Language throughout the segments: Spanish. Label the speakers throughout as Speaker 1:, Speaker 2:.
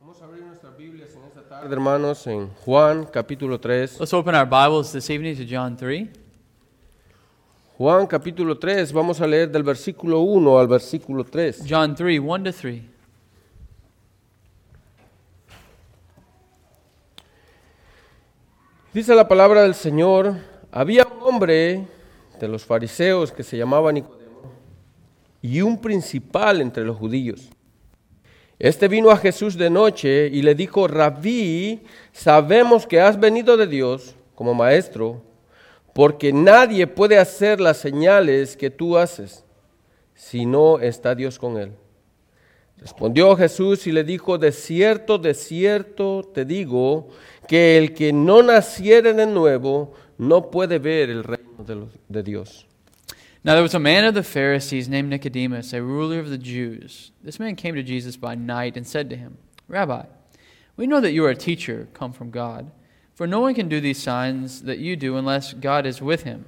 Speaker 1: Vamos a abrir nuestras Biblias en esta tarde, hermanos, en Juan capítulo 3.
Speaker 2: Let's open our Bibles this evening to John 3.
Speaker 1: Juan capítulo 3, vamos a leer del versículo 1 al versículo 3.
Speaker 2: John 3, 1 to 3.
Speaker 1: Dice la palabra del Señor, había un hombre de los fariseos que se llamaba Nicodemo y un principal entre los judíos. Este vino a Jesús de noche y le dijo, rabí, sabemos que has venido de Dios como maestro, porque nadie puede hacer las señales que tú haces si no está Dios con él. Respondió Jesús y le dijo, de cierto, de cierto te digo, que el que no naciere de nuevo no puede ver el reino de, los- de Dios.
Speaker 2: Now there was a man of the Pharisees named Nicodemus, a ruler of the Jews. This man came to Jesus by night and said to him, Rabbi, we know that you are a teacher come from God, for no one can do these signs that you do unless God is with him.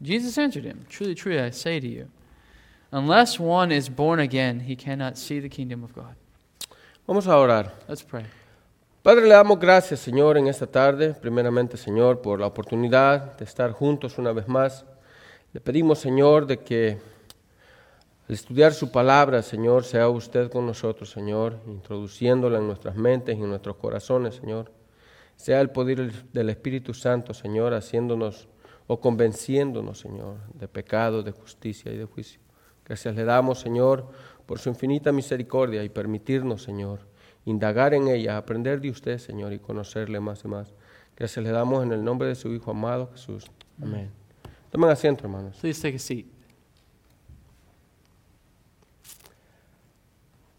Speaker 2: Jesus answered him, Truly, truly, I say to you, unless one is born again, he cannot see the kingdom of God.
Speaker 1: Vamos a orar.
Speaker 2: Let's pray.
Speaker 1: Padre, le damos gracias, Señor, en esta tarde. Primeramente, Señor, por la oportunidad de estar juntos una vez más. Le pedimos, Señor, de que al estudiar su palabra, Señor, sea usted con nosotros, Señor, introduciéndola en nuestras mentes y en nuestros corazones, Señor. Sea el poder del Espíritu Santo, Señor, haciéndonos o convenciéndonos, Señor, de pecado, de justicia y de juicio. Gracias le damos, Señor, por su infinita misericordia y permitirnos, Señor, indagar en ella, aprender de usted, Señor, y conocerle más y más. Gracias le damos en el nombre de su Hijo amado Jesús. Amén. Tomen asiento, hermanos.
Speaker 2: Please take a seat.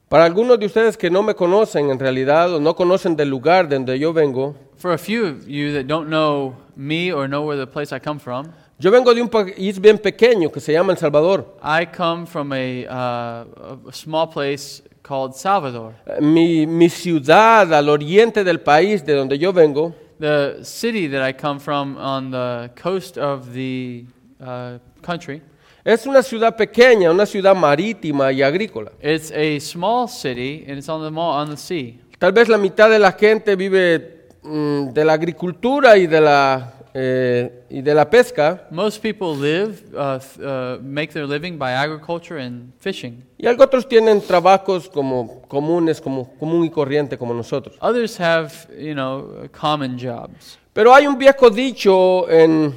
Speaker 1: Para algunos de ustedes que no me conocen en realidad o no conocen del lugar de donde yo vengo,
Speaker 2: For a few of you that don't know me or know where the place I come from,
Speaker 1: yo vengo de un país bien pequeño que se llama El Salvador.
Speaker 2: I come from a, uh, a a small place called Salvador.
Speaker 1: Eh, Mi, mi ciudad al oriente del país de donde yo vengo
Speaker 2: The city that I come from on the coast of the uh, country,
Speaker 1: es una ciudad pequeña, una ciudad marítima y agrícola.
Speaker 2: it's a small city and it's on the, mall, on the sea.
Speaker 1: Tal vez la mitad de la gente vive mm, de la agricultura y de la, eh, y de la pesca
Speaker 2: Most people live, uh, th- uh, make their living by agriculture and fishing.
Speaker 1: y algo otros tienen trabajos como comunes, como común y corriente como nosotros.
Speaker 2: Others have, you know, common jobs.
Speaker 1: Pero hay un viejo dicho en-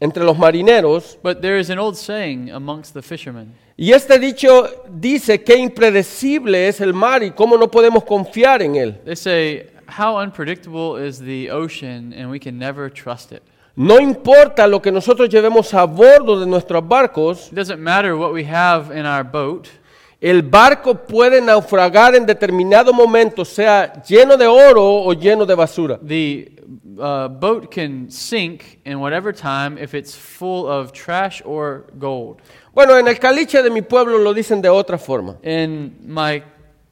Speaker 1: entre los marineros,
Speaker 2: But there is an old saying amongst the fishermen.
Speaker 1: y este dicho dice que impredecible es el mar y cómo no podemos confiar en él.
Speaker 2: They say, How unpredictable is the ocean, and we can never trust it.
Speaker 1: No importa lo que nosotros llevemos a bordo de nuestros barcos,
Speaker 2: It doesn't matter what we have in our boat,
Speaker 1: el barco puede naufragar en determinado momento, sea lleno de oro o lleno de basura.
Speaker 2: the uh, boat can sink in whatever time if it's full of trash or gold.
Speaker 1: Bueno, en el caliche de mi pueblo lo dicen de otra forma,
Speaker 2: In my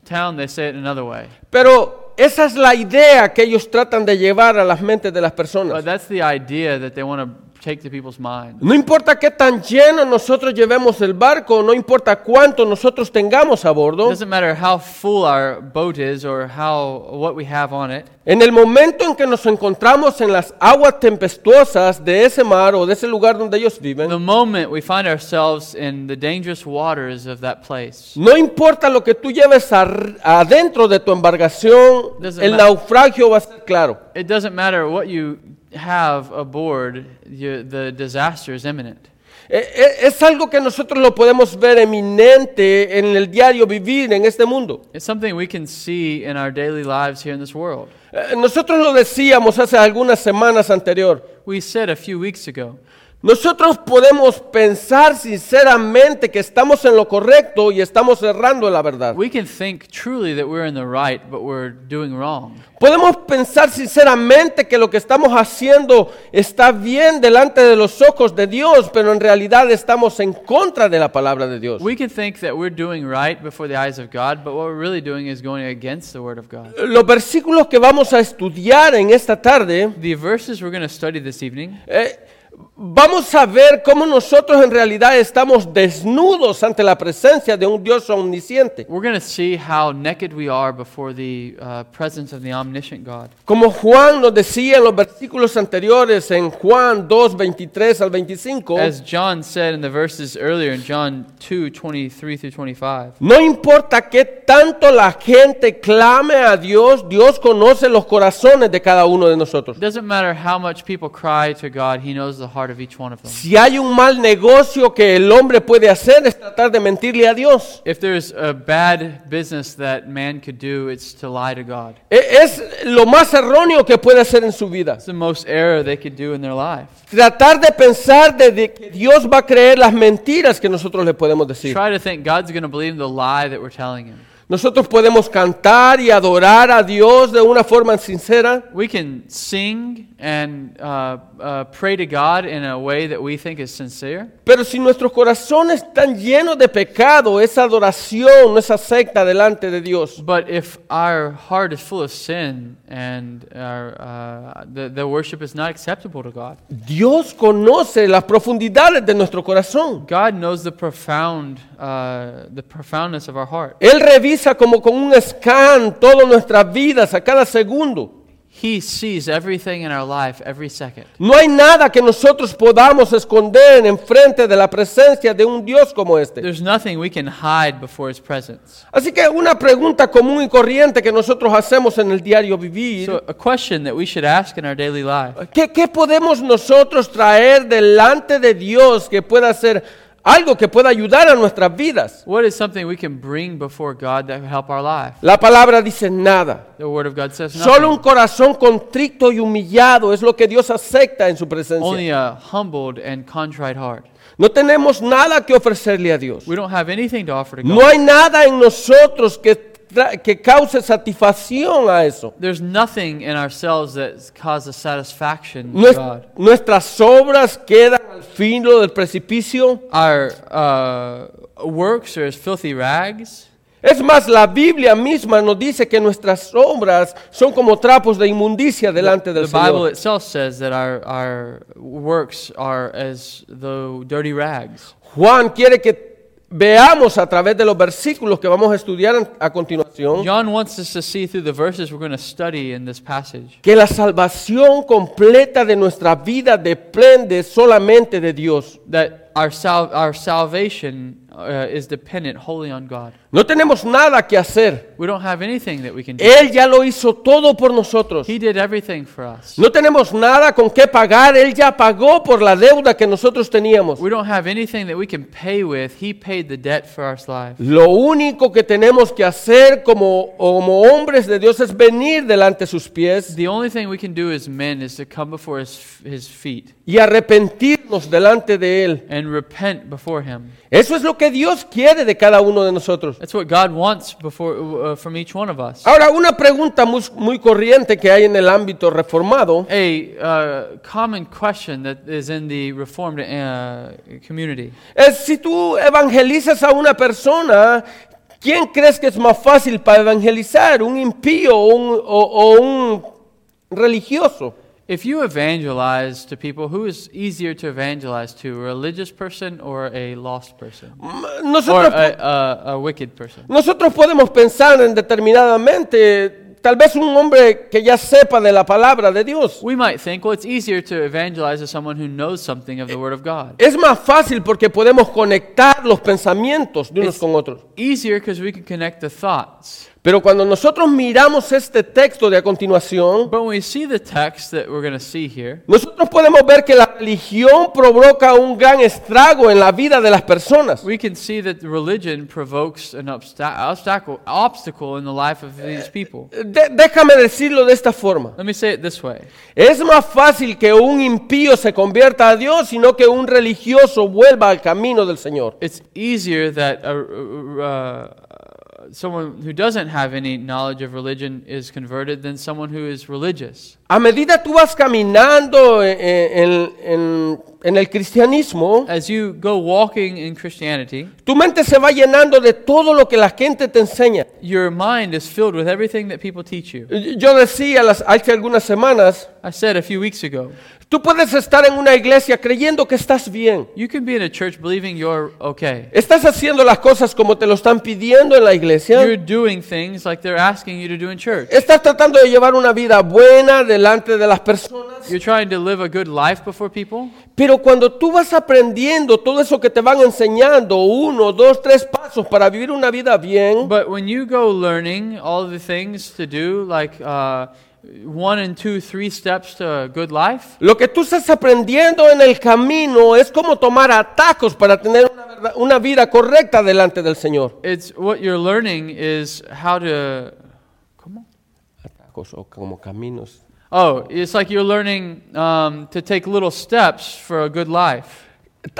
Speaker 2: town, they say it another way.
Speaker 1: pero esa es la idea que ellos tratan de llevar a las mentes de las personas.
Speaker 2: But that's the idea that they want to take to people's mind.
Speaker 1: No importa qué tan lleno nosotros llevemos el barco, no importa cuánto nosotros tengamos a
Speaker 2: It
Speaker 1: bordo,
Speaker 2: doesn't matter how full our boat is or how what we have on it.
Speaker 1: en el momento en que nos encontramos en las aguas tempestuosas de ese mar o de ese lugar donde ellos
Speaker 2: The
Speaker 1: viven,
Speaker 2: moment we find ourselves in the dangerous waters of that place,
Speaker 1: no importa lo que tú lleves ar- adentro de tu embarcación,
Speaker 2: Doesn't
Speaker 1: el
Speaker 2: matter.
Speaker 1: naufragio va a ser claro.
Speaker 2: It doesn't matter what you have aboard, you, the disaster is imminent.
Speaker 1: E- e- Es algo que nosotros lo podemos ver eminente en el diario vivir en este mundo.
Speaker 2: It's something we can see in our daily lives here in this world.
Speaker 1: Eh, Nosotros lo decíamos hace algunas semanas anterior.
Speaker 2: We said a few weeks ago,
Speaker 1: Nosotros podemos pensar sinceramente que estamos en lo correcto y estamos errando en la verdad.
Speaker 2: we can think truly that we're in the right, but we're doing wrong.
Speaker 1: Podemos pensar sinceramente que lo que estamos haciendo está bien delante de los ojos de Dios, pero en realidad estamos en contra de la palabra de Dios.
Speaker 2: We can think that we're doing right before the eyes of God, but what we're really doing is going against the Word of God.
Speaker 1: Los versículos que vamos a estudiar en esta tarde
Speaker 2: The verses we're going to study this evening
Speaker 1: eh, vamos a ver cómo nosotros en realidad estamos desnudos ante la presencia de un Dios omnisciente.
Speaker 2: We're going to see how naked we are before the uh, presence of the omniscient God.
Speaker 1: Como Juan nos decía en los versículos anteriores, en Juan 2, 23 al 25,
Speaker 2: As John said in the verses earlier in John 2 23 through 25,
Speaker 1: no importa qué tanto la gente clame a Dios, Dios conoce los corazones de cada uno de nosotros.
Speaker 2: it doesn't matter how much people cry to God, He knows the heart of each one of them.
Speaker 1: Si hay un mal negocio que el hombre puede hacer es tratar de mentirle a Dios.
Speaker 2: If there's a bad business that man could do, it's to lie to God.
Speaker 1: E- Es lo más erróneo que puede hacer en su vida.
Speaker 2: It's the most error they could do in their life.
Speaker 1: Tratar de pensar de, de que Dios va a creer las mentiras que nosotros le podemos decir.
Speaker 2: Try to think God's going to believe the lie that we're telling Him.
Speaker 1: Nosotros podemos cantar y adorar a Dios de una forma sincera.
Speaker 2: We can sing and uh, uh, pray to God in a way that we think is sincere.
Speaker 1: Pero si nuestros corazones están llenos de pecado, esa adoración no es acepta delante de Dios.
Speaker 2: But if our heart is full of sin and our, uh, the, the worship is not acceptable to God,
Speaker 1: Dios conoce las profundidades de nuestro corazón.
Speaker 2: God knows the profound, uh, the profoundness of our heart.
Speaker 1: Él revisa como con un scan todas nuestras vidas a cada segundo.
Speaker 2: He sees everything in our life every second.
Speaker 1: No hay nada que nosotros podamos esconder en frente de la presencia de un Dios como este.
Speaker 2: There's nothing we can hide before His presence.
Speaker 1: Así que una pregunta común y corriente que nosotros hacemos en el diario vivir.
Speaker 2: So, a question that we should ask in our daily life
Speaker 1: ¿Qué, qué podemos nosotros traer delante de Dios que pueda ser algo que pueda ayudar a nuestras vidas?
Speaker 2: What is something we can bring before God that will help our life?
Speaker 1: La palabra dice nada.
Speaker 2: The Word of God says
Speaker 1: Solo un
Speaker 2: nothing.
Speaker 1: corazón contrito y humillado es lo que Dios acepta en su
Speaker 2: Only
Speaker 1: presencia.
Speaker 2: a humbled and contrite heart.
Speaker 1: No tenemos nada que ofrecerle a Dios.
Speaker 2: We don't have anything to offer to God.
Speaker 1: No hay nada en nosotros que, tra- que cause satisfacción a eso.
Speaker 2: There's nothing in ourselves that causes satisfaction to
Speaker 1: Nues-
Speaker 2: God.
Speaker 1: nuestras obras quedan al filo del precipicio.
Speaker 2: Our uh, works are as filthy rags.
Speaker 1: Es más, la Biblia misma nos dice que nuestras obras son como trapos de inmundicia delante del
Speaker 2: the Bible
Speaker 1: Señor.
Speaker 2: itself says that our, our works are as though dirty rags.
Speaker 1: Juan quiere que veamos a través de los versículos que vamos a estudiar an- a continuación
Speaker 2: John wants us to see through the verses we're going to study in this passage
Speaker 1: que la salvación completa de nuestra vida depende solamente de Dios.
Speaker 2: that our, sal- our salvation uh, is dependent wholly on God.
Speaker 1: No tenemos nada que hacer.
Speaker 2: We don't have anything that we can do.
Speaker 1: Él ya lo hizo todo por nosotros.
Speaker 2: He did everything for us.
Speaker 1: No tenemos nada con qué pagar. Él ya pagó por la deuda que nosotros teníamos.
Speaker 2: We don't have anything that we can pay with. He paid the debt for our life.
Speaker 1: Lo único que tenemos que hacer como, como hombres de Dios es venir delante de sus pies
Speaker 2: The only thing we can do as men is to come before his, his feet
Speaker 1: y arrepentirnos delante de Él.
Speaker 2: and repent before him.
Speaker 1: Eso es lo que Dios quiere de cada uno de nosotros.
Speaker 2: That's what God wants before, uh, from each one of us.
Speaker 1: Ahora, una pregunta muy, muy corriente que hay en el ámbito reformado
Speaker 2: A uh, common question that is in the Reformed uh, community
Speaker 1: es si tú evangelizas a una persona, ¿quién crees que es más fácil para evangelizar? ¿Un impío o un, o- o un religioso?
Speaker 2: If you evangelize to people, who is easier to evangelize to, a religious person or a lost person?
Speaker 1: M-
Speaker 2: Or
Speaker 1: Nosotros
Speaker 2: a, a, a wicked person?
Speaker 1: Nosotros podemos pensar en determinadamente, tal vez un hombre que ya sepa de la palabra de Dios.
Speaker 2: We might think, well, it's easier to evangelize to someone who knows something of the Word of God.
Speaker 1: Es más fácil porque podemos conectar los pensamientos de unos
Speaker 2: Es-
Speaker 1: con otros.
Speaker 2: Easier because we can connect the thoughts.
Speaker 1: Pero cuando nosotros miramos este texto de a continuación,
Speaker 2: But when we see the text that we're going to see here,
Speaker 1: nosotros podemos ver que la religión provoca un gran estrago en la vida de las personas.
Speaker 2: we can see that religion provokes an obsta- obstacle, obstacle in the life of these people.
Speaker 1: De- déjame decirlo de esta forma.
Speaker 2: Let me say it this way
Speaker 1: Es más fácil que un impío se convierta a Dios, sino que un religioso vuelva al camino del Señor.
Speaker 2: it's easier that a, uh, someone who doesn't have any knowledge of religion is converted than someone who is religious.
Speaker 1: A medida tú vas caminando en, en- en en el cristianismo,
Speaker 2: as you go walking in Christianity,
Speaker 1: tu mente se va llenando de todo lo que la gente te enseña.
Speaker 2: your mind is filled with everything that people teach you.
Speaker 1: Yo decía las- hace algunas semanas,
Speaker 2: I said a few weeks ago,
Speaker 1: tú puedes estar en una iglesia creyendo que estás bien.
Speaker 2: you can be in a church believing you're okay.
Speaker 1: Estás haciendo las cosas como te lo están pidiendo en la iglesia.
Speaker 2: You're doing things like they're asking you to do in church.
Speaker 1: Estás tratando de llevar una vida buena delante de las personas.
Speaker 2: You're trying to live a good life before people.
Speaker 1: Pero cuando tú vas aprendiendo todo eso que te van enseñando, uno, dos, tres pasos para vivir una vida bien,
Speaker 2: But when you go learning all the things to do, like uh, one and two, three steps to a good life,
Speaker 1: lo que tú estás aprendiendo en el camino es cómo tomar atajos para tener una, verdad- una vida correcta delante del Señor.
Speaker 2: it's what you're learning is how to. Come on.
Speaker 1: Atajos o como caminos.
Speaker 2: Oh, it's like you're learning um, to take little steps for a good life.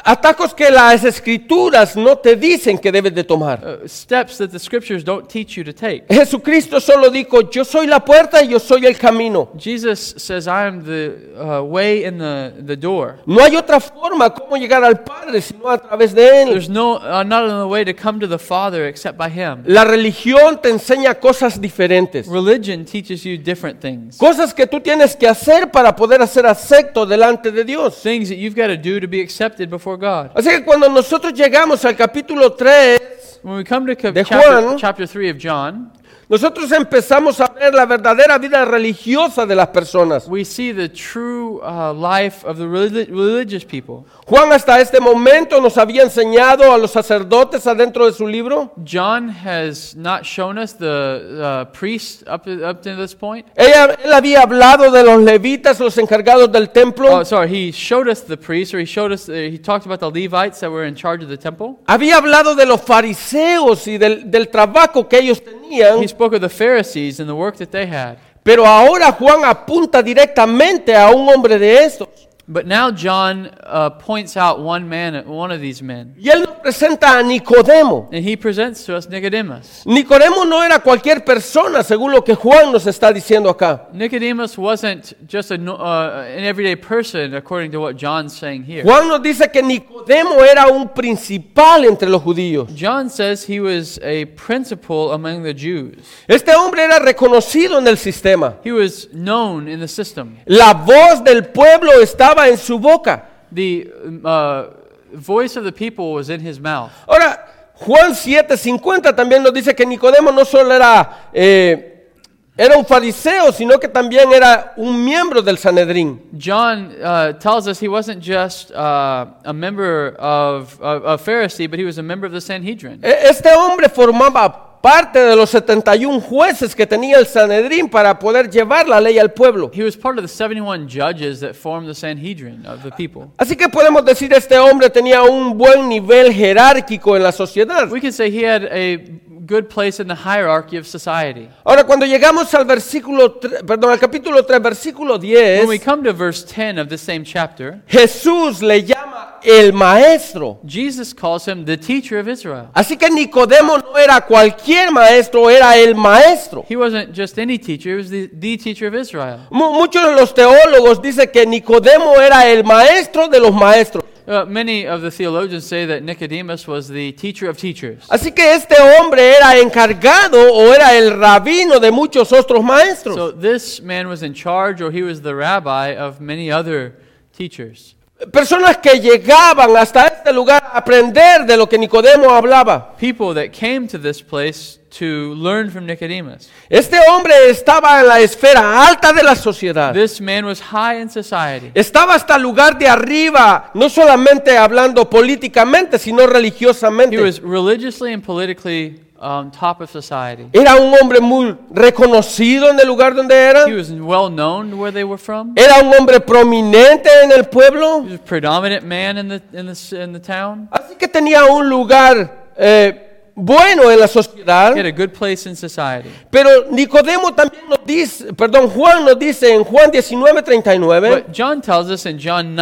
Speaker 1: Atajos que las escrituras no te dicen que debes de tomar.
Speaker 2: Uh, steps that the scriptures don't teach you to take.
Speaker 1: Jesucristo solo dijo, yo soy la puerta y yo soy el camino.
Speaker 2: Jesus says, I am the uh, way and the, the door.
Speaker 1: No hay otra forma como llegar al Padre sino a través de Él.
Speaker 2: There's no, uh, not another way to come to the Father except by Him.
Speaker 1: La religión te enseña cosas diferentes.
Speaker 2: Religion teaches you different things.
Speaker 1: Cosas que tú tienes que hacer para poder hacer acepto delante de Dios.
Speaker 2: Things that you've got to do to be accepted before God.
Speaker 1: Así que cuando nosotros llegamos al capítulo 3,
Speaker 2: When we come to co-
Speaker 1: De
Speaker 2: chapter,
Speaker 1: Juan.
Speaker 2: chapter 3 of John,
Speaker 1: nosotros empezamos a ver la verdadera vida religiosa de las personas.
Speaker 2: we see the true uh, life of the reli- religious people.
Speaker 1: Juan hasta este momento nos había enseñado a los sacerdotes adentro de su libro.
Speaker 2: John has not shown us the uh, priests up to, up to this point.
Speaker 1: Ella- él había hablado de los levitas, los encargados del templo.
Speaker 2: Oh, sorry. He showed us the priests, or he showed us. The, he talked about the Levites that were in charge of the temple.
Speaker 1: Había hablado de los fariseos y del, del trabajo que ellos tenían.
Speaker 2: He spoke of the Pharisees and the work that they had.
Speaker 1: Pero ahora Juan apunta directamente a un hombre de estos.
Speaker 2: But now John uh, points out one man, one of these men,
Speaker 1: Y él nos presenta a Nicodemo.
Speaker 2: and he presents to us Nicodemus.
Speaker 1: Nicodemo no era cualquier persona, según lo que Juan nos está diciendo acá.
Speaker 2: Nicodemus wasn't just a, no- uh, an everyday person, according to what John's saying here.
Speaker 1: Juan nos dice que Nicodemo era un principal entre los judíos.
Speaker 2: John says he was a principal among the Jews.
Speaker 1: Este hombre era reconocido en el sistema.
Speaker 2: He was known in the system.
Speaker 1: La voz del pueblo estaba en su boca.
Speaker 2: The uh, voice of the people was in his mouth.
Speaker 1: Ahora, Juan 7:50 también nos dice que Nicodemo no solo era, eh, era un fariseo, sino que también era un miembro del Sanedrín.
Speaker 2: John uh, tells us he wasn't just uh, a member of a, a Pharisee, but he was a member of the Sanhedrin.
Speaker 1: E- Este hombre formaba parte de los 71 jueces que tenía el Sanedrín para poder llevar la ley al pueblo.
Speaker 2: He was part of the 71 judges that formed the Sanhedrin of the people.
Speaker 1: Así que podemos decir este hombre tenía un buen nivel jerárquico en la sociedad.
Speaker 2: We can say he had a good place in the hierarchy of society.
Speaker 1: Ahora cuando llegamos al versículo tre- perdón, al capítulo 3, versículo
Speaker 2: When we
Speaker 1: 10,
Speaker 2: come to verse 10 of this same chapter,
Speaker 1: Jesús le llama el maestro.
Speaker 2: Jesus calls him the teacher of Israel.
Speaker 1: Así que Nicodemo no era cualquier maestro, era el maestro.
Speaker 2: He wasn't just any teacher, he was the, the teacher of Israel.
Speaker 1: Mu- muchos de los teólogos dicen que Nicodemo era el maestro de los maestros.
Speaker 2: Uh, many of the theologians say that Nicodemus was the teacher of teachers.
Speaker 1: Así que este hombre era encargado o era el rabino de muchos otros maestros.
Speaker 2: So this man was in charge, or he was the rabbi of many other teachers.
Speaker 1: Personas que llegaban hasta este lugar a aprender de lo que Nicodemo hablaba.
Speaker 2: People that came to this place to learn from Nicodemus.
Speaker 1: Este hombre estaba en la esfera alta de la sociedad.
Speaker 2: This man was high in society.
Speaker 1: Estaba hasta el lugar de arriba, no solamente hablando políticamente, sino
Speaker 2: He
Speaker 1: religiosamente.
Speaker 2: was religiously and politically um, top of society.
Speaker 1: Era un hombre muy reconocido en el lugar donde era.
Speaker 2: He was well known where they were from.
Speaker 1: Era un hombre prominente en el pueblo.
Speaker 2: He was a predominant man in the in the s- in the town.
Speaker 1: Así que tenía un lugar eh, bueno en la sociedad.
Speaker 2: He had a good place in society.
Speaker 1: Pero Nicodemo también nos dice, perdón, Juan nos dice en Juan 19:39
Speaker 2: But John tells us in John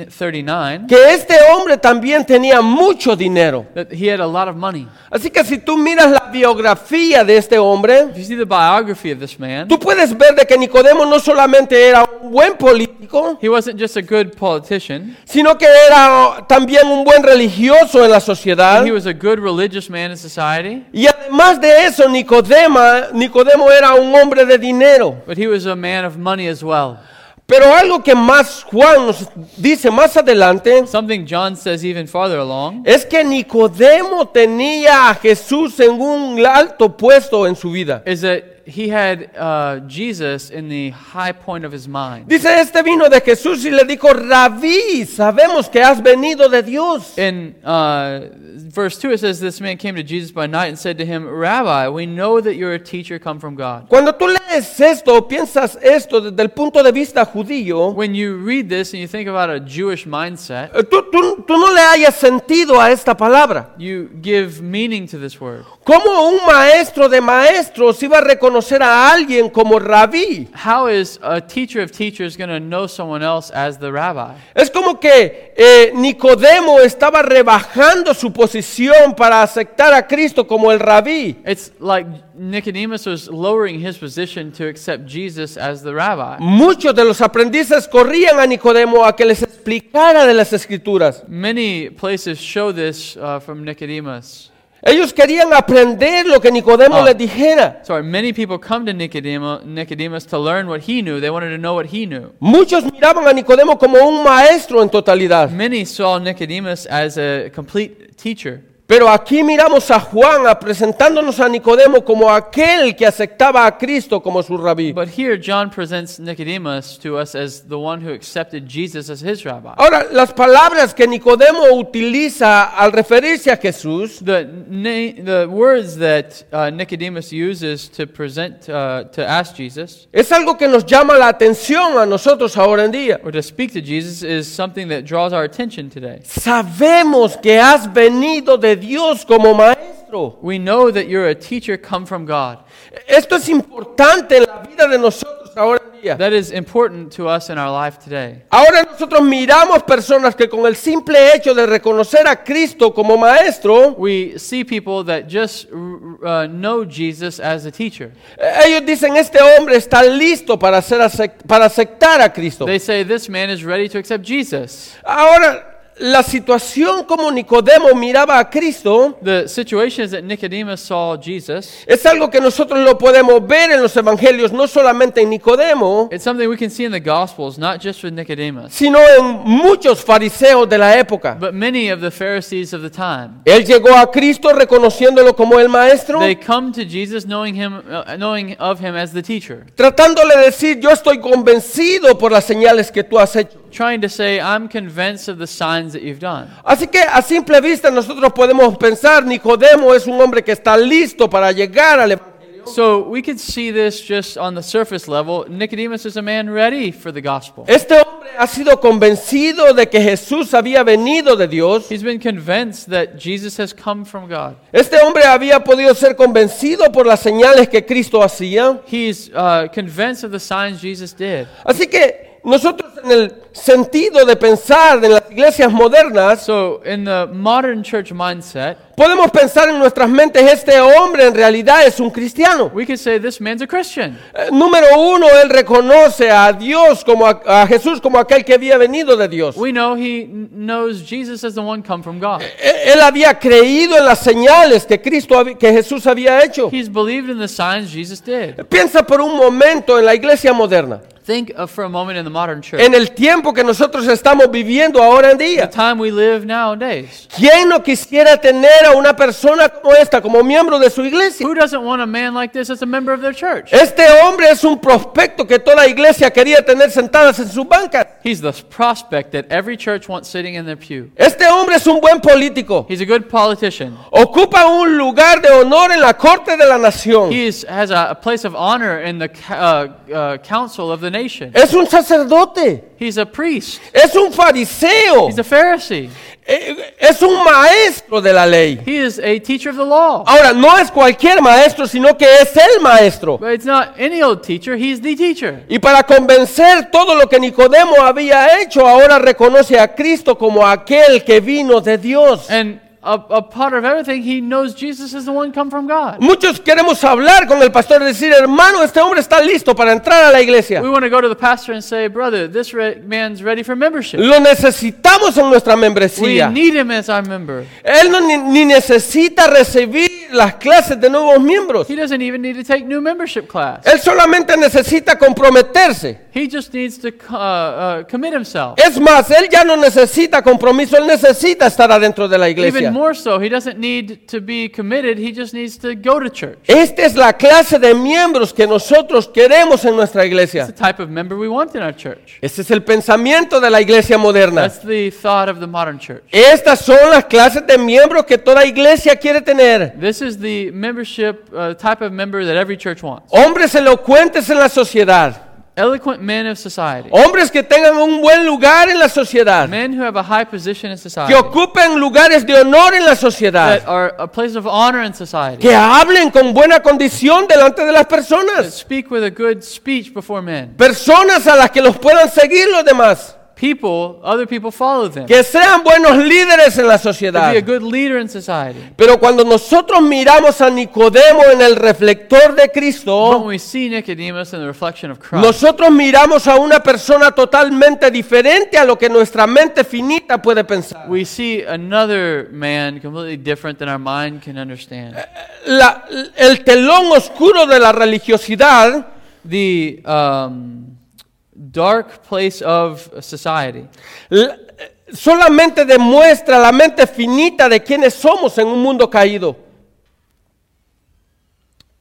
Speaker 2: 19:39
Speaker 1: que este hombre también tenía mucho dinero.
Speaker 2: that he had a lot of money.
Speaker 1: Así que si tú miras la biografía de este hombre,
Speaker 2: If you see the biography of this man,
Speaker 1: tú puedes ver de que Nicodemo no solamente era un buen político,
Speaker 2: He wasn't just a good politician,
Speaker 1: sino que era oh, también un buen religioso en la sociedad.
Speaker 2: he was a good religious man in society,
Speaker 1: Y además de eso, Nicodema, Nicodemo era un hombre de dinero.
Speaker 2: but he was a man of money as well.
Speaker 1: Pero algo que más Juan nos dice más adelante
Speaker 2: Something John says even farther along
Speaker 1: es que Nicodemo tenía a Jesús en un alto puesto en su vida.
Speaker 2: is that he had uh, Jesus in the high point of his mind.
Speaker 1: Dice, este vino de Jesús y le dijo, Rabí, sabemos que has venido de Dios.
Speaker 2: In uh, verse 2, it says, This man came to Jesus by night and said to him, Rabbi, we know that you're a teacher come from God.
Speaker 1: Cuando tú lees esto o piensas esto desde el punto de vista judío,
Speaker 2: When you read this and you think about a Jewish mindset,
Speaker 1: eh, tú, tú- tú no le hayas sentido a esta palabra.
Speaker 2: you give meaning to this word.
Speaker 1: ¿Cómo un maestro de maestros iba a reconocer a alguien como rabí?
Speaker 2: How is a teacher of teachers going to know someone else as the rabbi?
Speaker 1: Es como que eh, Nicodemo estaba rebajando su posición para aceptar a Cristo como el rabí.
Speaker 2: It's like Nicodemus was lowering his position to accept Jesus as the rabbi.
Speaker 1: Muchos de los aprendices corrían a Nicodemo a que les explicara de las escrituras.
Speaker 2: Many places show this uh, from Nicodemus.
Speaker 1: Ellos querían aprender lo que Nicodemo
Speaker 2: Ah.
Speaker 1: les dijera.
Speaker 2: Sorry, many people come to Nicodemus, Nicodemus to learn what he knew. They wanted to know what he knew.
Speaker 1: Muchos miraban a Nicodemo como un maestro en totalidad.
Speaker 2: Many saw Nicodemus as a complete teacher.
Speaker 1: Pero aquí miramos a Juan a- presentándonos a Nicodemo como aquel que aceptaba a Cristo como su rabí.
Speaker 2: But here, John presents Nicodemus to us as the one who accepted Jesus as his rabbi.
Speaker 1: Ahora, las palabras que Nicodemo utiliza al referirse a Jesús
Speaker 2: The, na- the words that uh, Nicodemus uses to present, uh, to ask Jesus
Speaker 1: es algo que nos llama la atención a nosotros ahora en día.
Speaker 2: or to speak to Jesus is something that draws our attention today.
Speaker 1: Sabemos que has venido de Dios como maestro.
Speaker 2: We know that you're a teacher come from God.
Speaker 1: Esto es importante en la vida de nosotros ahora en día.
Speaker 2: That is important to us in our life today.
Speaker 1: Ahora nosotros miramos personas que con el simple hecho de reconocer a Cristo como maestro,
Speaker 2: We see people that just r- uh, know Jesus as a teacher.
Speaker 1: eh, ellos dicen, este hombre está listo para, ser acep- para aceptar a Cristo.
Speaker 2: They say this man is ready to accept Jesus.
Speaker 1: Ahora, la situación como Nicodemo miraba a Cristo
Speaker 2: The situation is that Nicodemus saw Jesus.
Speaker 1: es algo que nosotros lo podemos ver en los evangelios, no solamente en Nicodemo,
Speaker 2: It's something we can see in the Gospels, not just with Nicodemus,
Speaker 1: sino en muchos fariseos de la época.
Speaker 2: but many of the Pharisees of the time.
Speaker 1: Él llegó a Cristo reconociéndolo como el maestro,
Speaker 2: They come to Jesus knowing him, uh, knowing of him as the teacher,
Speaker 1: tratándole de decir, yo estoy convencido por las señales que tú has hecho.
Speaker 2: trying to say, "I'm convinced of the signs that you've done."
Speaker 1: Así que a simple vista nosotros podemos pensar, Nicodemo es un hombre que está listo para llegar al Evangelio.
Speaker 2: So we could see this just on the surface level. Nicodemus is a man ready for the gospel.
Speaker 1: Este hombre ha sido convencido de que Jesús había venido de Dios.
Speaker 2: He's been convinced that Jesus has come from God.
Speaker 1: Este hombre había podido ser convencido por las señales que Cristo hacía.
Speaker 2: He's uh, convinced of the signs Jesus did.
Speaker 1: Así que nosotros en el sentido de pensar en las iglesias modernas,
Speaker 2: So, in the modern church mindset,
Speaker 1: podemos pensar en nuestras mentes, este hombre en realidad es un cristiano.
Speaker 2: we could say this man's a Christian.
Speaker 1: Eh, Número uno, él reconoce a Dios como a, a Jesús como aquel que había venido de Dios.
Speaker 2: We know he kn- knows Jesus as the one come from God.
Speaker 1: Eh, Él había creído en las señales que Cristo, habi- que Jesús había hecho.
Speaker 2: He's believed in the signs Jesus did.
Speaker 1: Piensa por un momento en la iglesia moderna,
Speaker 2: Think of for a moment in the modern church,
Speaker 1: en el tiempo que nosotros estamos viviendo ahora en
Speaker 2: the
Speaker 1: día.
Speaker 2: time we live nowadays.
Speaker 1: ¿Quién no quisiera tener a una persona como esta como miembro de su iglesia?
Speaker 2: Who doesn't want a man like this as a member of their church?
Speaker 1: Este hombre es un prospecto que toda la iglesia quería tener sentadas en sus bancas.
Speaker 2: He's the prospect that every church wants sitting in their pew.
Speaker 1: Este hombre es un buen político.
Speaker 2: He's a good politician.
Speaker 1: Ocupa un lugar de honor en la corte de la nación.
Speaker 2: He is, has a, a place of honor in the ca- uh, uh, council of the nation.
Speaker 1: Es un sacerdote.
Speaker 2: He's a priest.
Speaker 1: Es un fariseo.
Speaker 2: He's a Pharisee.
Speaker 1: Eh, Es un maestro de la ley.
Speaker 2: He is a teacher of the law.
Speaker 1: Ahora, no es cualquier maestro, sino que es el maestro.
Speaker 2: But it's not any old teacher, he's the teacher.
Speaker 1: Y para convencer todo lo que Nicodemo había hecho, ahora reconoce a Cristo como aquel que vino de Dios.
Speaker 2: And a, a potter of everything, he knows Jesus is the one come from God.
Speaker 1: Muchos queremos hablar con el pastor y decir, hermano, este hombre está listo para entrar a la iglesia.
Speaker 2: We want to go to the pastor and say, brother, this re- man's ready for membership.
Speaker 1: Lo necesitamos en nuestra
Speaker 2: We
Speaker 1: membresía.
Speaker 2: need him as our member.
Speaker 1: Él no ni, ni necesita recibir las clases de nuevos miembros.
Speaker 2: He doesn't even need to take new membership class.
Speaker 1: Él solamente necesita comprometerse.
Speaker 2: He just needs to co- uh, uh, commit himself.
Speaker 1: Es más, él ya no necesita compromiso, él necesita estar adentro de la
Speaker 2: Even
Speaker 1: iglesia.
Speaker 2: more so, he doesn't need to be committed. He just needs to go to church.
Speaker 1: Esta es la clase de miembros que nosotros queremos en nuestra
Speaker 2: That's
Speaker 1: iglesia.
Speaker 2: the type of member we want in our church.
Speaker 1: Este es el pensamiento de la iglesia moderna.
Speaker 2: That's the thought of the modern church.
Speaker 1: Estas son las clases de miembros que toda iglesia quiere tener.
Speaker 2: This is the membership uh, type of member that every church wants.
Speaker 1: Hombres elocuentes en la sociedad.
Speaker 2: Eloquent men of society,
Speaker 1: Hombres que tengan un buen lugar en la sociedad.
Speaker 2: men who have a high position in society,
Speaker 1: Que ocupen lugares de honor en la sociedad.
Speaker 2: that are a place of honor in society,
Speaker 1: Que hablen con buena condición delante de las
Speaker 2: that
Speaker 1: personas.
Speaker 2: speak with a good speech before men.
Speaker 1: Personas a las que los puedan seguir los demás.
Speaker 2: People, other people follow them. To
Speaker 1: Que sean buenos líderes en la sociedad.
Speaker 2: be a good leader in society.
Speaker 1: Pero cuando nosotros miramos a Nicodemo en el reflector de
Speaker 2: But
Speaker 1: Cristo,
Speaker 2: when we see Nicodemus in the reflection of Christ,
Speaker 1: nosotros miramos a una persona totalmente diferente a lo que nuestra mente finita puede pensar.
Speaker 2: we see another man completely different than our mind can understand.
Speaker 1: La- el telón oscuro de la religiosidad
Speaker 2: The um, dark place of society.
Speaker 1: la- solamente demuestra la mente finita de quienes somos en un mundo caído.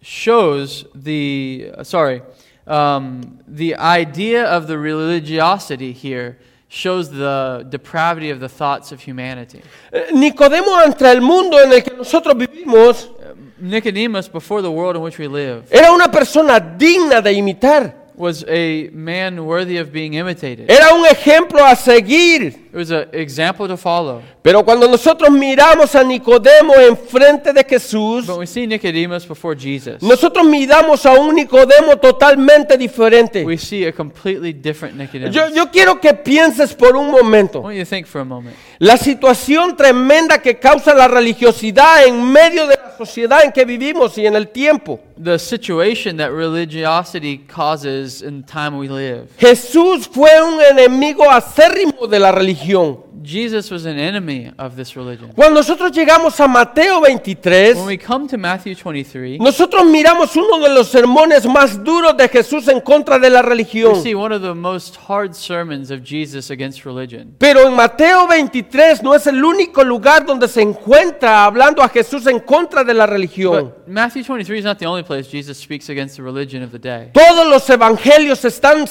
Speaker 2: shows the uh, sorry um, the idea of the religiosity here shows the depravity of the thoughts of humanity
Speaker 1: Eh, Nicodemo ante el mundo en el que nosotros vivimos
Speaker 2: nicodemus before the world in which we live
Speaker 1: era una persona digna de imitar.
Speaker 2: was a man worthy of being imitated
Speaker 1: Era un ejemplo a seguir.
Speaker 2: it was an example to follow
Speaker 1: Pero cuando nosotros miramos a Nicodemo enfrente de Jesús,
Speaker 2: but we see nicodemus before jesus
Speaker 1: nosotros miramos a un Nicodemo totalmente diferente.
Speaker 2: we see a completely different nicodemus
Speaker 1: Yo, yo quiero que pienses por un
Speaker 2: i
Speaker 1: momento
Speaker 2: want you to think for a moment
Speaker 1: la situación tremenda que causa la religiosidad en medio de la sociedad en que vivimos y en el tiempo.
Speaker 2: the situation that religiosity causes in the time we live
Speaker 1: Jesús fue un enemigo acérrimo de la religión.
Speaker 2: jesus was an enemy of this religion
Speaker 1: Cuando nosotros llegamos a Mateo 23,
Speaker 2: When we come to Matthew 23,
Speaker 1: nosotros miramos uno de los sermones más duros de Jesús en contra de la religión.
Speaker 2: we see one of the most hard sermons of Jesus against religion.
Speaker 1: Pero en Mateo 23 no es el único lugar donde se encuentra hablando a Jesús en contra de la religión.
Speaker 2: But Matthew 23 is not the only place Jesus speaks against the religion of the day.
Speaker 1: Todos los evangelios están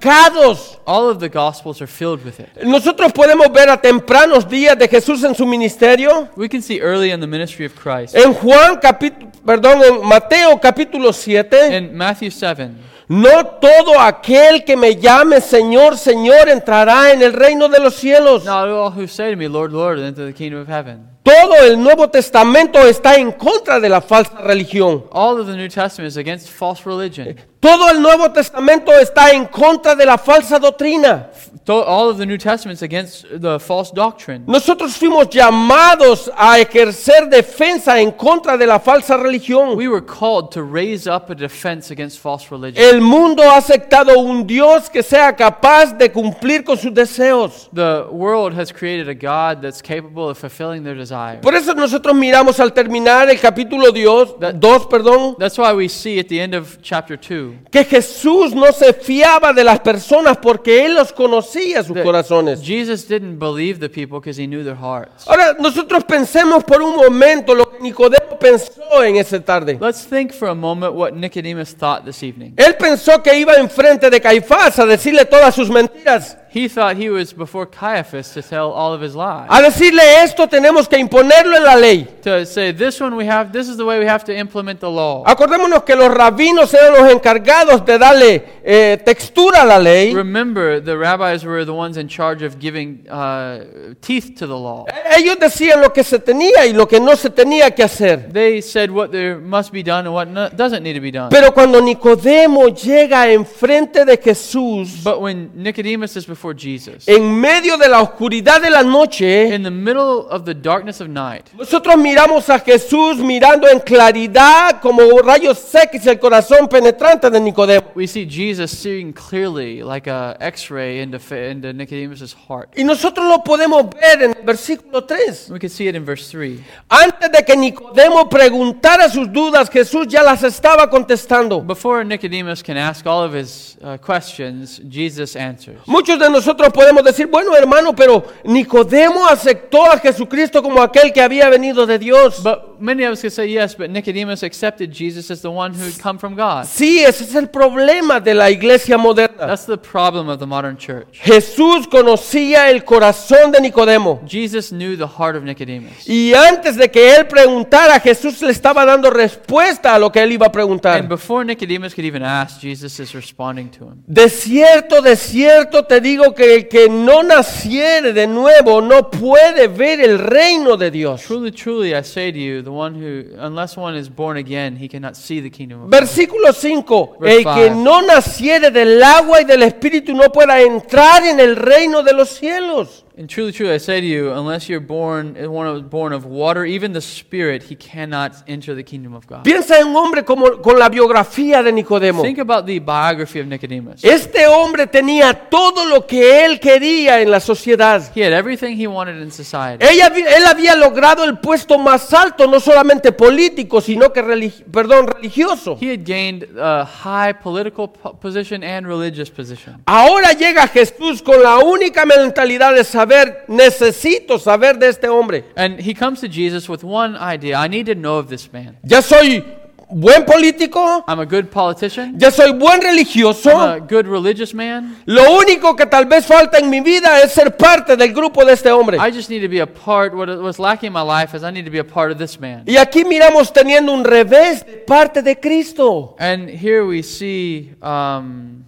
Speaker 1: salpicados.
Speaker 2: All of the Gospels are filled with it.
Speaker 1: Nosotros podemos ver a tempranos días de Jesús en su ministerio.
Speaker 2: We can see early in the ministry of Christ,
Speaker 1: En Juan capítulo, perdón, en Mateo capítulo 7,
Speaker 2: in Matthew 7,
Speaker 1: no todo aquel que me llame Señor, Señor entrará en el reino de los cielos.
Speaker 2: not all who say to me, Lord, Lord, and into the kingdom of heaven.
Speaker 1: Todo el Nuevo Testamento está en contra de la falsa religión.
Speaker 2: All of the New Testament is against false religion.
Speaker 1: Todo el Nuevo Testamento está en contra de la falsa doctrina.
Speaker 2: To- All of the New Testament is against the false doctrine.
Speaker 1: Nosotros fuimos llamados a ejercer defensa en contra de la falsa religión.
Speaker 2: We were called to raise up a defense against false religion.
Speaker 1: El mundo ha aceptado un Dios que sea capaz de cumplir con sus deseos.
Speaker 2: The world has created a God that's capable of fulfilling their desires.
Speaker 1: Por eso nosotros miramos al terminar el capítulo 2,
Speaker 2: That-
Speaker 1: perdón,
Speaker 2: That's why we see at the end of chapter 2
Speaker 1: que Jesús no se fiaba de las personas porque Él los conocía sus
Speaker 2: that
Speaker 1: corazones.
Speaker 2: Jesus didn't believe the people because he knew their hearts.
Speaker 1: Ahora, nosotros pensemos por un momento lo que Nicodemo pensó en esa tarde.
Speaker 2: Let's think for a moment what Nicodemus thought this evening.
Speaker 1: Él pensó que iba enfrente de Caifás a decirle todas sus mentiras.
Speaker 2: He thought he was before Caiaphas to tell all of his lies.
Speaker 1: A decirle esto tenemos que imponerlo en la ley.
Speaker 2: To say this one we have this is the way we have to implement the law.
Speaker 1: Acordémonos que los rabinos eran los encargados de darle eh, textura a la ley.
Speaker 2: Remember the rabbis were the ones in charge of giving uh, teeth to the law.
Speaker 1: Ellos decían lo que se tenía y lo que no se tenía que hacer.
Speaker 2: They said what there must be done and what no- doesn't need to be done.
Speaker 1: Pero cuando Nicodemo llega enfrente de Jesús,
Speaker 2: But when Nicodemus is before Jesus.
Speaker 1: En medio de la oscuridad de la noche,
Speaker 2: In the middle of the darkness of night,
Speaker 1: nosotros miramos a Jesús mirando en claridad como rayos X el corazón penetrante de Nicodemo.
Speaker 2: we see Jesus seeing clearly like a X-ray into, fa- into Nicodemus's heart.
Speaker 1: Y nosotros lo podemos ver en el versículo 3.
Speaker 2: We can see it in verse 3.
Speaker 1: Antes de que Nicodemo preguntara sus dudas, Jesús ya las estaba contestando.
Speaker 2: Before Nicodemus can ask all of his uh, questions, Jesus answers.
Speaker 1: Muchos de nosotros podemos decir, bueno hermano, pero Nicodemo aceptó a Jesucristo como aquel que había venido de Dios.
Speaker 2: But many of us could say yes, but Nicodemus accepted Jesus as the one who had come from God.
Speaker 1: Sí, ese es el problema de la iglesia moderna.
Speaker 2: That's the problem of the modern church.
Speaker 1: Jesús conocía el corazón de Nicodemo.
Speaker 2: Jesus knew the heart of Nicodemus.
Speaker 1: Y antes de que él preguntara, Jesús le estaba dando respuesta a lo que él iba a
Speaker 2: And
Speaker 1: preguntar.
Speaker 2: before Nicodemus could even ask, Jesus is responding to him.
Speaker 1: De cierto, de cierto te digo que el que no naciere de nuevo no puede ver el reino de Dios.
Speaker 2: Truly, truly, I say to you, the one who, unless one is born again, he cannot see the kingdom of God.
Speaker 1: Versículo 5.
Speaker 2: Verse
Speaker 1: El que
Speaker 2: five.
Speaker 1: no naciere del agua y del espíritu no pueda entrar en el reino de los cielos.
Speaker 2: And truly, truly, I say to you, unless you're born, one who is born of water, even the Spirit, he cannot enter the kingdom of God.
Speaker 1: Piensa en un hombre como con la biografía de Nicodemo.
Speaker 2: Think about the biography of Nicodemus.
Speaker 1: Este hombre tenía todo lo que él quería en la sociedad.
Speaker 2: He had everything he wanted in society.
Speaker 1: Ella vi- él había logrado el puesto más alto, no solamente político, sino que religi- perdón, religioso.
Speaker 2: He had gained a high political po- position and religious position.
Speaker 1: Ahora llega Jesús con la única mentalidad de saber, necesito saber de este hombre.
Speaker 2: And he comes to Jesus with one idea I need to know of this man.
Speaker 1: Ya soy buen político,
Speaker 2: I'm a good politician,
Speaker 1: ya soy buen religioso.
Speaker 2: I'm a good religious man.
Speaker 1: Lo único que tal vez falta en mi vida es ser parte del grupo de este hombre.
Speaker 2: I just need to be a part. What what's lacking in my life is I need to be a part of this man.
Speaker 1: Y aquí miramos teniendo un revés de parte de Cristo.
Speaker 2: And here we see um,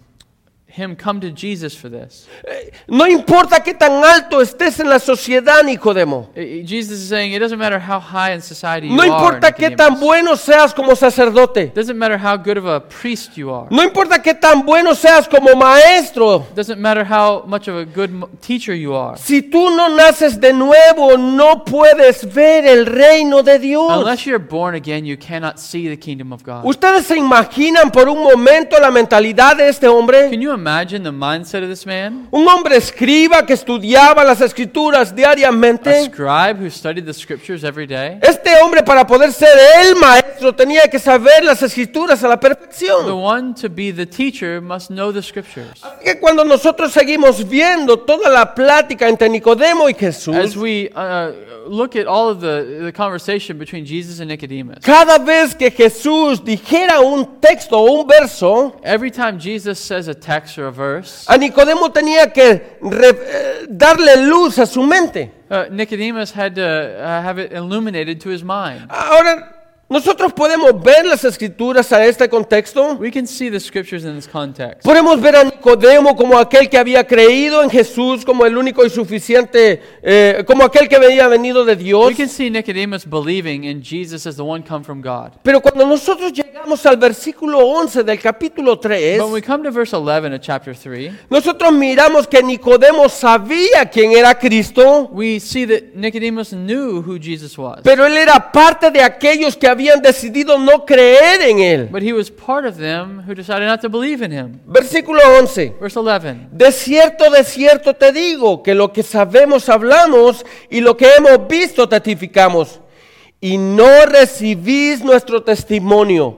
Speaker 2: him come to Jesus for this.
Speaker 1: Eh, No importa qué tan alto estés en la sociedad, Nicodemo.
Speaker 2: I- I- Jesus is saying it doesn't matter how high in society you
Speaker 1: No
Speaker 2: are.
Speaker 1: importa qué tan
Speaker 2: Nicodemus.
Speaker 1: bueno seas como sacerdote.
Speaker 2: It doesn't matter how good of a priest you are.
Speaker 1: No importa qué tan bueno seas como maestro.
Speaker 2: It doesn't matter how much of a good m- teacher you are.
Speaker 1: Si tú no naces de nuevo, no puedes ver el reino de Dios.
Speaker 2: Unless you're born again, you cannot see the kingdom of God.
Speaker 1: ¿Ustedes se imaginan por un momento la mentalidad de este hombre?
Speaker 2: Can you imagine the mindset of this man?
Speaker 1: Un hombre escriba que estudiaba las escrituras
Speaker 2: A
Speaker 1: diariamente.
Speaker 2: scribe who studied the scriptures every day?
Speaker 1: Este hombre para poder ser el maestro tenía que saber las escrituras a la
Speaker 2: The
Speaker 1: perfección.
Speaker 2: one to be the teacher must know the scriptures.
Speaker 1: Así que cuando nosotros seguimos viendo toda la plática entre Nicodemo y
Speaker 2: As
Speaker 1: Jesús,
Speaker 2: we uh, look at all of the, the conversation between Jesus and Nicodemus,
Speaker 1: cada vez que Jesús dijera un texto o un verso,
Speaker 2: every time Jesus says a text or a verse,
Speaker 1: A Nicodemo tenía que re- eh, darle luz a su mente.
Speaker 2: uh, Nicodemus had to uh, have it illuminated to his mind.
Speaker 1: Ahora, nosotros podemos ver las escrituras a este contexto.
Speaker 2: We can see the scriptures in this context.
Speaker 1: Podemos ver a Nicodemo como aquel que había creído en Jesús, como el único y suficiente, eh, como aquel que había venido de Dios.
Speaker 2: We can see Nicodemus believing in Jesus as the one come from God.
Speaker 1: Pero cuando nosotros llegamos al versículo 11 del capítulo 3,
Speaker 2: But when we come to verse 11 of chapter 3,
Speaker 1: nosotros miramos que Nicodemo sabía quién era Cristo,
Speaker 2: we see that Nicodemus knew who Jesus was,
Speaker 1: pero él era parte de aquellos que habían decidido no creer en él.
Speaker 2: but he was part of them who decided not to believe in him.
Speaker 1: Versículo 11.
Speaker 2: Verse 11.
Speaker 1: De cierto, de cierto te digo que lo que sabemos hablamos y lo que hemos visto testificamos. Y no recibís nuestro testimonio.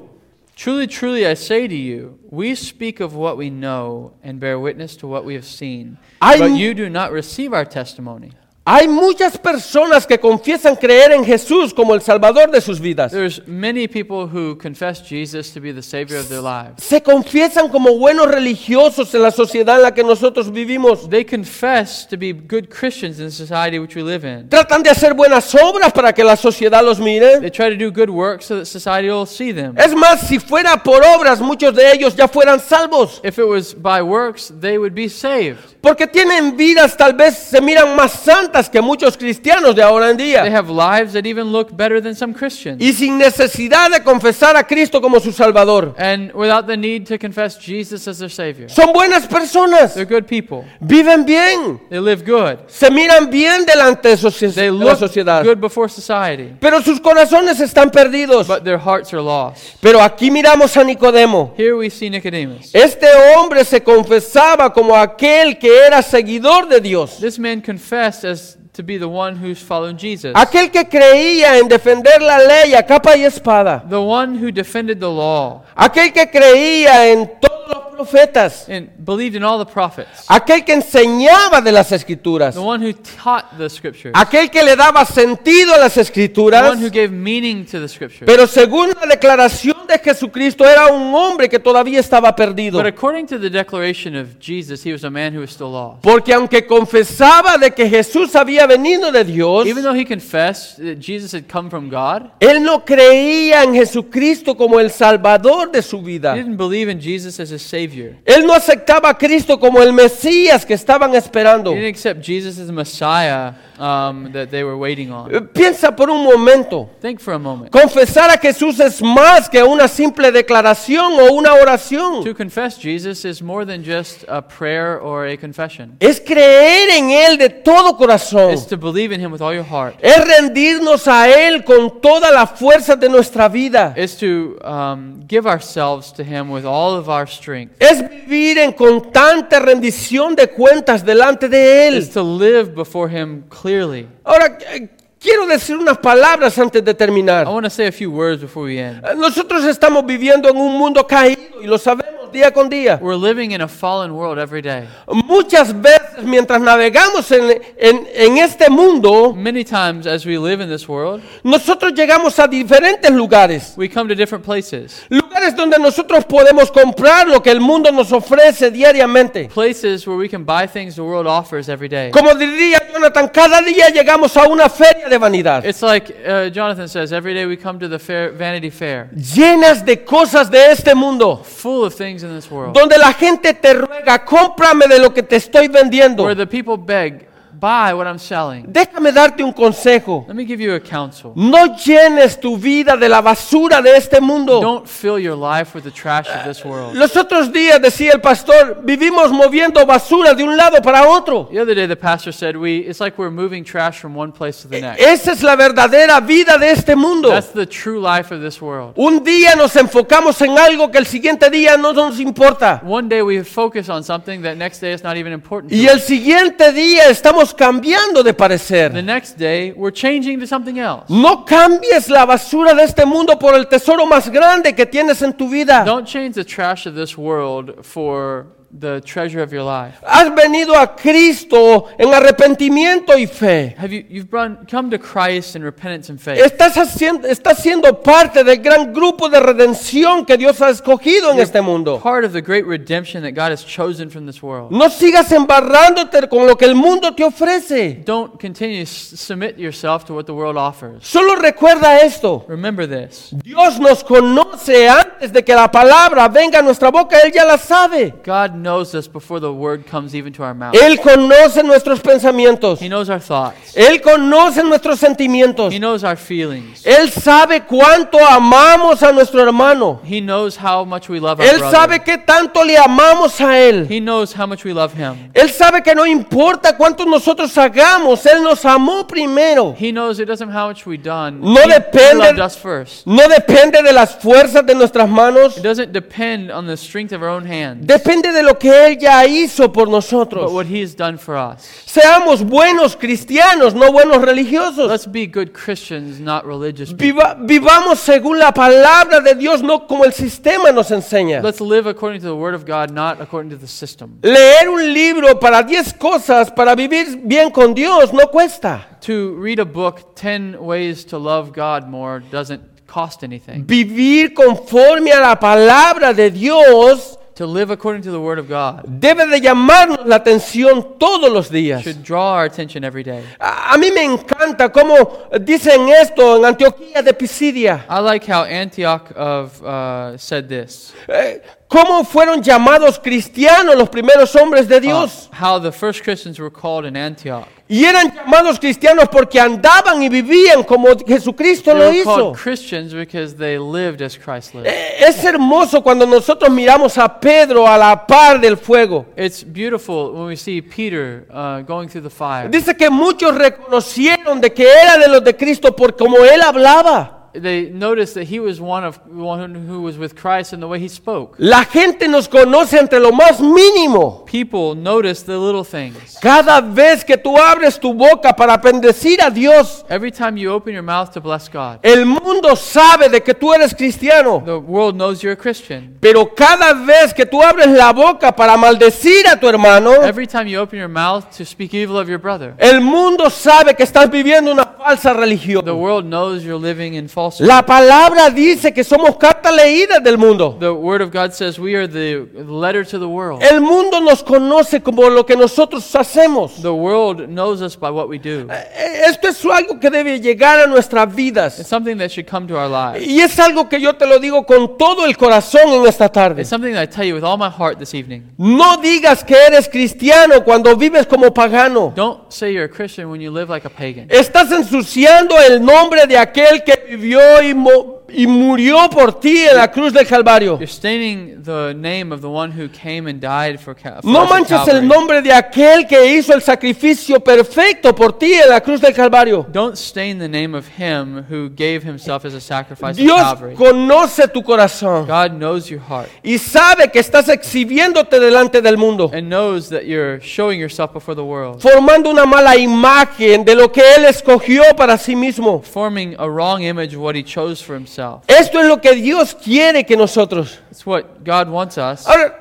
Speaker 2: Truly, truly, I say to you, we speak of what we know and bear witness to what we have seen,
Speaker 1: I-
Speaker 2: but you do not receive our testimony.
Speaker 1: Hay muchas personas que confiesan creer en Jesús como el Salvador de sus vidas.
Speaker 2: There's many people who confess Jesus to be the Savior of their lives.
Speaker 1: Se confiesan como buenos religiosos en la sociedad en la que nosotros vivimos.
Speaker 2: They confess to be good Christians in the society which we live in.
Speaker 1: Tratan de hacer buenas obras para que la sociedad los mire.
Speaker 2: They try to do good works so that society will see them.
Speaker 1: Es más, si fuera por obras, muchos de ellos ya fueran salvos.
Speaker 2: If it was by works, they would be saved.
Speaker 1: Porque tienen vidas tal vez se miran más santas altas que muchos cristianos de ahora en
Speaker 2: They
Speaker 1: día.
Speaker 2: have lives that even look better than some Christians.
Speaker 1: Y sin necesidad de confesar a Cristo como su Salvador.
Speaker 2: and without the need to confess Jesus as their Savior.
Speaker 1: Son buenas personas.
Speaker 2: They're good people.
Speaker 1: Viven bien.
Speaker 2: They live good.
Speaker 1: Se miran bien delante de, socie-
Speaker 2: They
Speaker 1: de la
Speaker 2: look
Speaker 1: sociedad.
Speaker 2: good before society.
Speaker 1: Pero sus corazones están perdidos.
Speaker 2: But their hearts are lost.
Speaker 1: Pero aquí miramos a Nicodemo.
Speaker 2: Here we see Nicodemus.
Speaker 1: Este hombre se confesaba como aquel que era seguidor de Dios.
Speaker 2: This man confessed as to be the one who's following Jesus.
Speaker 1: Aquel que creía en defender la ley a capa y espada.
Speaker 2: The one who defended the law
Speaker 1: Aquel que creía en todos los profetas.
Speaker 2: and believed in all the prophets.
Speaker 1: Aquel que enseñaba de las escrituras.
Speaker 2: The one who taught the scriptures.
Speaker 1: Aquel que le daba sentido a las
Speaker 2: The
Speaker 1: escrituras.
Speaker 2: one who gave meaning to the scriptures.
Speaker 1: Pero según la declaración de Jesucristo era un hombre que todavía estaba perdido.
Speaker 2: But according to the declaration of Jesus, he was a man who was still lost.
Speaker 1: Porque aunque confesaba de que Jesús había venido de Dios,
Speaker 2: Even though he confessed that Jesus had come from God,
Speaker 1: él no creía en Jesucristo como el Salvador de su vida.
Speaker 2: he didn't believe in Jesus as his Savior.
Speaker 1: Él no aceptaba a Cristo como el Mesías que estaban esperando.
Speaker 2: He didn't accept Jesus as the Messiah um, that they were waiting
Speaker 1: Eh,
Speaker 2: on.
Speaker 1: Piensa por un momento.
Speaker 2: Think for a moment.
Speaker 1: Confesar a Jesús es más que una simple declaración o una oración.
Speaker 2: To confess Jesus is more than just a prayer or a confession.
Speaker 1: Es creer en Él de todo corazón.
Speaker 2: It's to believe in him with all your heart.
Speaker 1: Es rendirnos a Él con toda la fuerza de nuestra vida.
Speaker 2: It's to um, give ourselves to him with all of our strength.
Speaker 1: Es vivir en constante rendición de cuentas delante de
Speaker 2: It's
Speaker 1: Él.
Speaker 2: to live before him clearly.
Speaker 1: Ahora, eh, quiero decir unas palabras antes de terminar.
Speaker 2: I want to say a few words before we end.
Speaker 1: Eh, Nosotros estamos viviendo en un mundo caído y lo sabemos día con día.
Speaker 2: We're living in a fallen world every day.
Speaker 1: Muchas veces mientras navegamos en, en- en este mundo,
Speaker 2: Many times as we live in this world,
Speaker 1: nosotros llegamos a diferentes lugares.
Speaker 2: we come to different places.
Speaker 1: Lugares donde nosotros podemos comprar lo que el mundo nos ofrece diariamente.
Speaker 2: Places where we can buy things the world offers every day.
Speaker 1: Como diría Jonathan, cada día llegamos a una feria de vanidad,
Speaker 2: It's like uh, Jonathan says every day we come to the fair, Vanity Fair,
Speaker 1: llenas de cosas de este mundo,
Speaker 2: full of things in this world,
Speaker 1: donde la gente te ruega, cómprame de lo que te estoy vendiendo.
Speaker 2: where the people beg, buy what I'm selling.
Speaker 1: Déjame darte un consejo.
Speaker 2: Let me give you a counsel.
Speaker 1: No llenes tu vida de la basura de este mundo.
Speaker 2: Don't fill your life with the trash of this world.
Speaker 1: Los otros días, decía el pastor, vivimos moviendo basura de un lado para otro.
Speaker 2: The other day, the pastor said, "We it's like we're moving trash from one place to the next.
Speaker 1: Esa es la verdadera vida de este mundo.
Speaker 2: That's the true life of this world.
Speaker 1: Un día nos enfocamos en algo que el siguiente día no nos importa.
Speaker 2: One day we focus on something that next day is not even important.
Speaker 1: Y
Speaker 2: To us.
Speaker 1: el siguiente día estamos cambiando de
Speaker 2: The
Speaker 1: parecer.
Speaker 2: next day we're changing to something else.
Speaker 1: No cambies la basura de este mundo por el tesoro más grande que tienes en tu vida.
Speaker 2: Don't change the trash of this world for the treasure of your life.
Speaker 1: Has venido a Cristo en arrepentimiento y fe.
Speaker 2: Have you you've run, come to Christ in repentance and faith?
Speaker 1: Estás, haciendo, estás siendo parte del gran grupo de redención que Dios ha escogido en este mundo.
Speaker 2: Part of the great redemption that God has chosen from this world.
Speaker 1: No sigas embarrándote con lo que el mundo te ofrece.
Speaker 2: Don't continue to s- submit yourself to what the world offers.
Speaker 1: Solo recuerda esto.
Speaker 2: Remember this.
Speaker 1: Dios nos conoce antes de que la palabra venga a nuestra boca. Él ya la sabe.
Speaker 2: God knows us before the word comes even to our mouth.
Speaker 1: Él conoce nuestros pensamientos.
Speaker 2: He knows our thoughts.
Speaker 1: Él conoce nuestros sentimientos.
Speaker 2: He knows our feelings.
Speaker 1: Él sabe cuánto amamos a nuestro hermano.
Speaker 2: He knows how much we love our
Speaker 1: Él sabe
Speaker 2: brother.
Speaker 1: qué tanto le amamos a Él.
Speaker 2: He knows how much we love him.
Speaker 1: Él sabe que no importa cuánto nosotros hagamos, Él nos amó primero.
Speaker 2: He knows it doesn't how much we've done.
Speaker 1: No
Speaker 2: he, he
Speaker 1: depende-
Speaker 2: loved us first.
Speaker 1: No depende de las fuerzas de nuestras manos,
Speaker 2: It doesn't depend on the strength of our own hand,
Speaker 1: depende de lo que Él ya hizo por
Speaker 2: but
Speaker 1: nosotros.
Speaker 2: what He has done for us.
Speaker 1: Seamos buenos cristianos, no buenos religiosos.
Speaker 2: Let's be good Christians, not religious. people.
Speaker 1: Viva- vivamos según la palabra de Dios, no como el sistema nos enseña.
Speaker 2: Let's live according to the Word of God, not according to the system.
Speaker 1: Leer un libro para 10 cosas, para vivir bien con Dios, no cuesta.
Speaker 2: To read a book, 10 Ways to Love God More, doesn't cost anything.
Speaker 1: Vivir conforme a la palabra de Dios
Speaker 2: To live according to the Word of God
Speaker 1: debe de llamarnos la atención todos los días.
Speaker 2: should draw our attention every day.
Speaker 1: A, a mí me encanta cómo dicen esto en Antioquía de Pisidia.
Speaker 2: I like how Antioch of uh, said this.
Speaker 1: Eh, cómo fueron llamados cristianos los primeros hombres de Dios.
Speaker 2: uh, how the first Christians were called in Antioch.
Speaker 1: Y eran llamados cristianos porque andaban y vivían como Jesucristo
Speaker 2: They
Speaker 1: lo
Speaker 2: were
Speaker 1: hizo.
Speaker 2: called Christians because they lived as Christ lived.
Speaker 1: Eh, Es hermoso cuando nosotros miramos a Pedro a la par del fuego.
Speaker 2: It's beautiful when we see Peter uh, going through the fire.
Speaker 1: Dice que muchos reconocieron de que era de los de Cristo por como él hablaba.
Speaker 2: They noticed that he was one of one who was with Christ in the way he spoke.
Speaker 1: La gente nos conoce entre lo más mínimo.
Speaker 2: People noticed the little things.
Speaker 1: Cada vez que tú abres tu boca para bendecir a Dios,
Speaker 2: Every time you open your mouth to bless God,
Speaker 1: el mundo sabe de que tú eres cristiano.
Speaker 2: the world knows you're a Christian.
Speaker 1: Pero cada vez que tú abres la boca para maldecir a tu hermano,
Speaker 2: Every time you open your mouth to speak evil of your brother,
Speaker 1: el mundo sabe que estás viviendo una falsa
Speaker 2: the
Speaker 1: religión.
Speaker 2: world knows you're living in falsehood.
Speaker 1: La palabra dice que somos cartas leídas del mundo.
Speaker 2: The Word of God says we are the letter to the world.
Speaker 1: El mundo nos conoce como lo que nosotros hacemos.
Speaker 2: The world knows us by what we do.
Speaker 1: Eh, Esto es algo que debe llegar a nuestras
Speaker 2: It's
Speaker 1: vidas.
Speaker 2: something that should come to our lives.
Speaker 1: Y es algo que yo te lo digo con todo el corazón en esta tarde.
Speaker 2: It's something that I tell you with all my heart this evening.
Speaker 1: No digas que eres cristiano cuando vives como pagano.
Speaker 2: Don't say you're a Christian when you live like a pagan.
Speaker 1: Estás ensuciando el nombre de aquel que vivió y, mo- y murió por ti en la cruz del Calvario.
Speaker 2: You're staining the name of the one who came and died for, Ca- for
Speaker 1: No
Speaker 2: us at
Speaker 1: manches el
Speaker 2: Calvary.
Speaker 1: nombre de aquel que hizo el sacrificio perfecto por ti en la cruz del Calvario.
Speaker 2: Don't stain the name of him who gave himself as a sacrifice at
Speaker 1: Dios
Speaker 2: Calvary.
Speaker 1: conoce tu corazón
Speaker 2: God knows your heart
Speaker 1: y sabe que estás exhibiéndote delante del mundo,
Speaker 2: and knows that you're showing yourself before the world,
Speaker 1: formando una mala imagen de lo que Él escogió para sí mismo.
Speaker 2: forming a wrong image of what he chose for himself.
Speaker 1: Esto es lo que Dios quiere que nosotros.
Speaker 2: It's what God wants us,
Speaker 1: Ahora,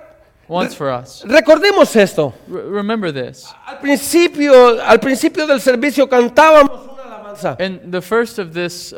Speaker 2: wants for us.
Speaker 1: recordemos esto.
Speaker 2: R- remember this.
Speaker 1: Al principio, al principio del servicio cantábamos una alabanza.
Speaker 2: In the first of this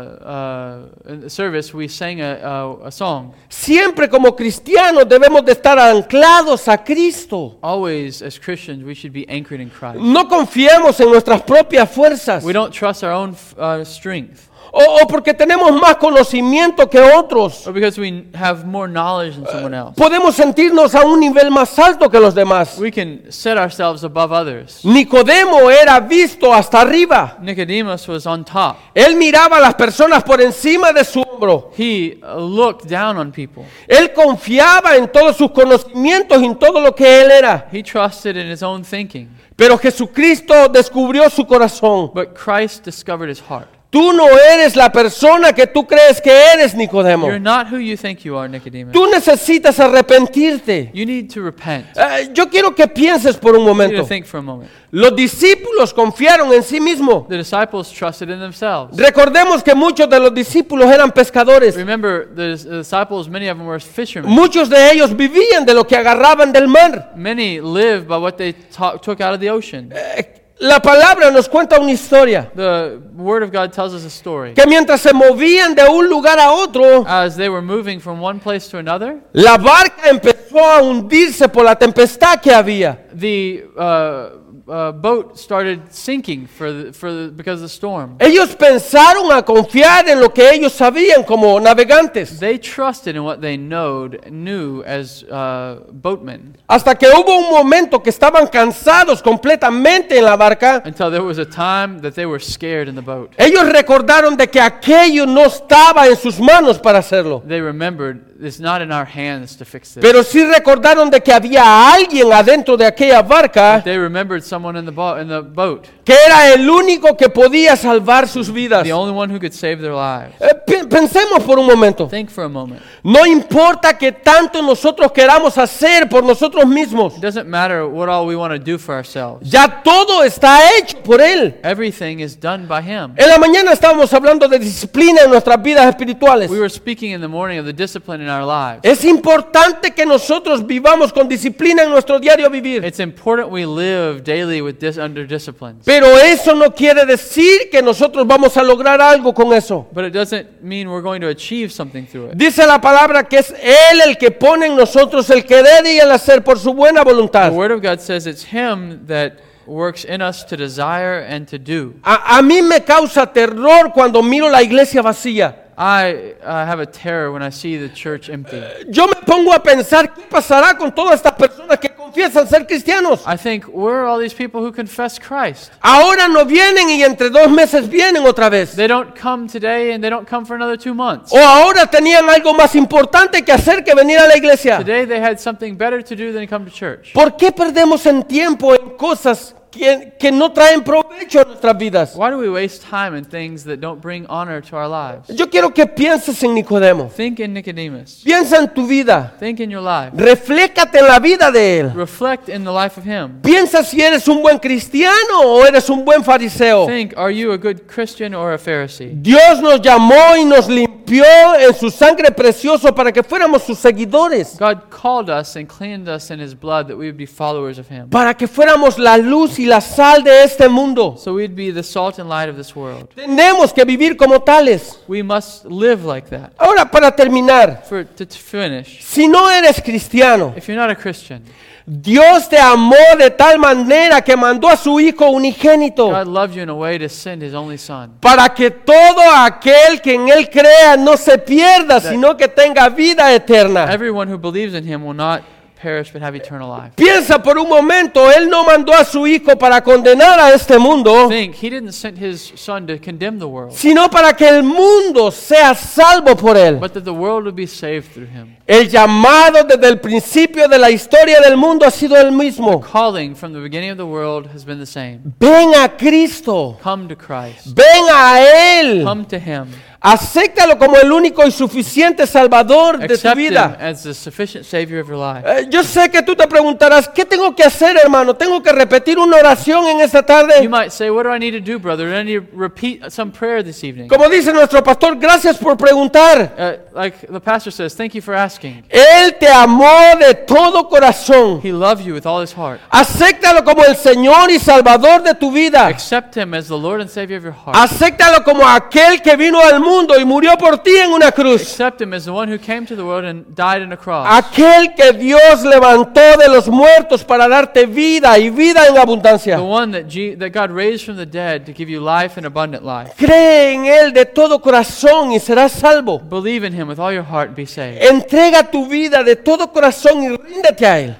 Speaker 2: uh, uh, service, we sang a, a, a song.
Speaker 1: Siempre como cristianos debemos de estar anclados a Cristo.
Speaker 2: Always, as Christians, we should be anchored in Christ.
Speaker 1: No confiemos en nuestras propias fuerzas
Speaker 2: We don't trust our own f- uh, strength,
Speaker 1: o, o porque tenemos más conocimiento que otros.
Speaker 2: or because we n- have more knowledge than someone else.
Speaker 1: Podemos sentirnos a un nivel más alto que los demás.
Speaker 2: We can set ourselves above others.
Speaker 1: Nicodemo era visto hasta arriba.
Speaker 2: Nicodemus was on top.
Speaker 1: Él miraba a las personas por encima de su hombro.
Speaker 2: He uh, looked down on people.
Speaker 1: Él confiaba en todos sus conocimientos y en todo lo que él era.
Speaker 2: He trusted in his own thinking,
Speaker 1: Pero Jesucristo descubrió su corazón.
Speaker 2: but Christ discovered his heart.
Speaker 1: Tú no eres la persona que tú crees que eres, Nicodemo.
Speaker 2: You're not who you think you are, Nicodemus.
Speaker 1: Tú necesitas arrepentirte.
Speaker 2: You need to repent.
Speaker 1: Eh, yo quiero que pienses por un
Speaker 2: You need to
Speaker 1: momento.
Speaker 2: think for a moment.
Speaker 1: Los discípulos confiaron en sí mismos.
Speaker 2: The disciples trusted in themselves.
Speaker 1: Recordemos que muchos de los discípulos eran pescadores.
Speaker 2: Remember, the dis- the disciples, many of them were fishermen.
Speaker 1: Muchos de ellos vivían de lo que agarraban del mar.
Speaker 2: Many lived by what they ta- took out of the ocean.
Speaker 1: Eh, la palabra nos cuenta una historia.
Speaker 2: The Word of God tells us a story.
Speaker 1: Que mientras se movían de un lugar a otro,
Speaker 2: As they were moving from one place to another,
Speaker 1: la barca empezó a hundirse por la tempestad que había.
Speaker 2: the uh, uh, boat started sinking for the, for the, because of the storm.
Speaker 1: Ellos pensaron a confiar en lo que ellos sabían como navegantes,
Speaker 2: They trusted in what they knowed, knew as uh, boatmen
Speaker 1: hasta que hubo un momento que estaban cansados completamente en la barca.
Speaker 2: until there was a time that they were scared in the boat.
Speaker 1: Ellos recordaron de que aquello no estaba en sus manos para hacerlo,
Speaker 2: They remembered it's not in our hands to fix this.
Speaker 1: pero sí recordaron de que había alguien adentro de aquella barca
Speaker 2: They remembered someone in the, bo- in the boat,
Speaker 1: que era el único que podía salvar sus vidas.
Speaker 2: the only one who could save their lives.
Speaker 1: Eh, pe- Pensemos por un momento,
Speaker 2: Think for a moment.
Speaker 1: no importa que tanto nosotros queramos hacer por nosotros mismos,
Speaker 2: It doesn't matter what all we want to do for ourselves.
Speaker 1: ya todo está hecho por Él.
Speaker 2: Everything is done by Him.
Speaker 1: En la mañana estábamos hablando de disciplina en nuestras vidas espirituales.
Speaker 2: We were speaking in the morning of the discipline in our lives.
Speaker 1: Es importante que nosotros vivamos con disciplina en nuestro diario vivir.
Speaker 2: It's important we live daily with dis- under disciplines.
Speaker 1: Pero eso no quiere decir que nosotros vamos a lograr algo con eso.
Speaker 2: But it doesn't mean we're going to achieve something through it.
Speaker 1: Dice la palabra que es Él el que pone en nosotros el querer y el hacer por su buena voluntad.
Speaker 2: The Word of God says it's Him that works in us to desire and to do.
Speaker 1: A, a mí me causa terror cuando miro la iglesia vacía.
Speaker 2: I uh, have a terror when I see the church empty.
Speaker 1: Yo me pongo a pensar qué pasará con todas estas personas que confiesan ser cristianos.
Speaker 2: I think, where are all these people who confess Christ?
Speaker 1: Ahora no vienen y entre dos meses vienen otra vez.
Speaker 2: They don't come today and they don't come for another two months.
Speaker 1: O ahora tenían algo más importante que hacer que venir a la iglesia.
Speaker 2: Today they had something better to do than come to church.
Speaker 1: ¿Por qué perdemos en tiempo en cosas que, que no traen provecho a nuestras vidas?
Speaker 2: Why do we waste time in things that don't bring honor to our lives?
Speaker 1: Yo quiero que pienses en Nicodemo.
Speaker 2: Think in Nicodemus.
Speaker 1: Piensa en tu vida.
Speaker 2: Think in your life.
Speaker 1: Reflécate en la vida de él.
Speaker 2: Reflect in the life of him.
Speaker 1: Piensa si eres un buen cristiano o eres un buen fariseo.
Speaker 2: Think, are you a good Christian or a Pharisee?
Speaker 1: Dios nos llamó y nos limpió en su sangre preciosa para que fuéramos sus seguidores,
Speaker 2: God called us and cleaned us in his blood that we would be followers of him.
Speaker 1: para que fuéramos la luz y la sal de este mundo.
Speaker 2: So we'd be the salt and light of this world.
Speaker 1: Tenemos que vivir como tales.
Speaker 2: We must live like that.
Speaker 1: Ahora, para terminar,
Speaker 2: For to to finish,
Speaker 1: si no eres cristiano,
Speaker 2: if you're not a Christian,
Speaker 1: Dios te amó de tal manera que mandó a su Hijo unigénito
Speaker 2: God loved you in a way to send his only son.
Speaker 1: para que todo aquel que en Él crea no se pierda, sino que tenga vida eterna.
Speaker 2: Everyone who believes in him will not perish but have eternal life.
Speaker 1: Piensa por un momento, Él no mandó a su Hijo para condenar a este mundo,
Speaker 2: Think, he didn't send his son to condemn the world,
Speaker 1: sino para que el mundo sea salvo por Él.
Speaker 2: but that the world would be saved through him.
Speaker 1: El llamado desde el principio de la historia del mundo ha sido el mismo.
Speaker 2: Calling from the beginning of the world has been the same.
Speaker 1: Ven a Cristo,
Speaker 2: Come to Christ.
Speaker 1: ven a Él,
Speaker 2: Come to him.
Speaker 1: acéptalo como el único y suficiente Salvador de tu
Speaker 2: Accept him
Speaker 1: vida.
Speaker 2: as the sufficient savior of your life.
Speaker 1: Eh, Yo sé que tú te preguntarás, ¿qué tengo que hacer, hermano? ¿Tengo que repetir una oración en esta
Speaker 2: You
Speaker 1: tarde?
Speaker 2: might say, What do I need to do, brother? Do I need to repeat some prayer this evening?
Speaker 1: Como dice nuestro pastor, gracias por preguntar.
Speaker 2: Uh, like the pastor says, Thank you for asking.
Speaker 1: Él te amó de todo corazón.
Speaker 2: He loved you with all his heart.
Speaker 1: Acéptalo como el Señor y Salvador de tu vida.
Speaker 2: Accept him as the Lord and Savior of your heart.
Speaker 1: Acéptalo como aquel que vino al mundo y murió por ti en una cruz.
Speaker 2: Accept him as the one who came to the world and died on a cross.
Speaker 1: Aquel que Dios levantó de los muertos para darte vida y vida en
Speaker 2: The
Speaker 1: abundancia.
Speaker 2: one that, Je- that God raised from the dead to give you life and abundant life.
Speaker 1: Cree en Él de todo corazón y serás salvo.
Speaker 2: Believe in him with all your heart and be saved.
Speaker 1: Entrega tu vida de todo corazón y ríndete a Él.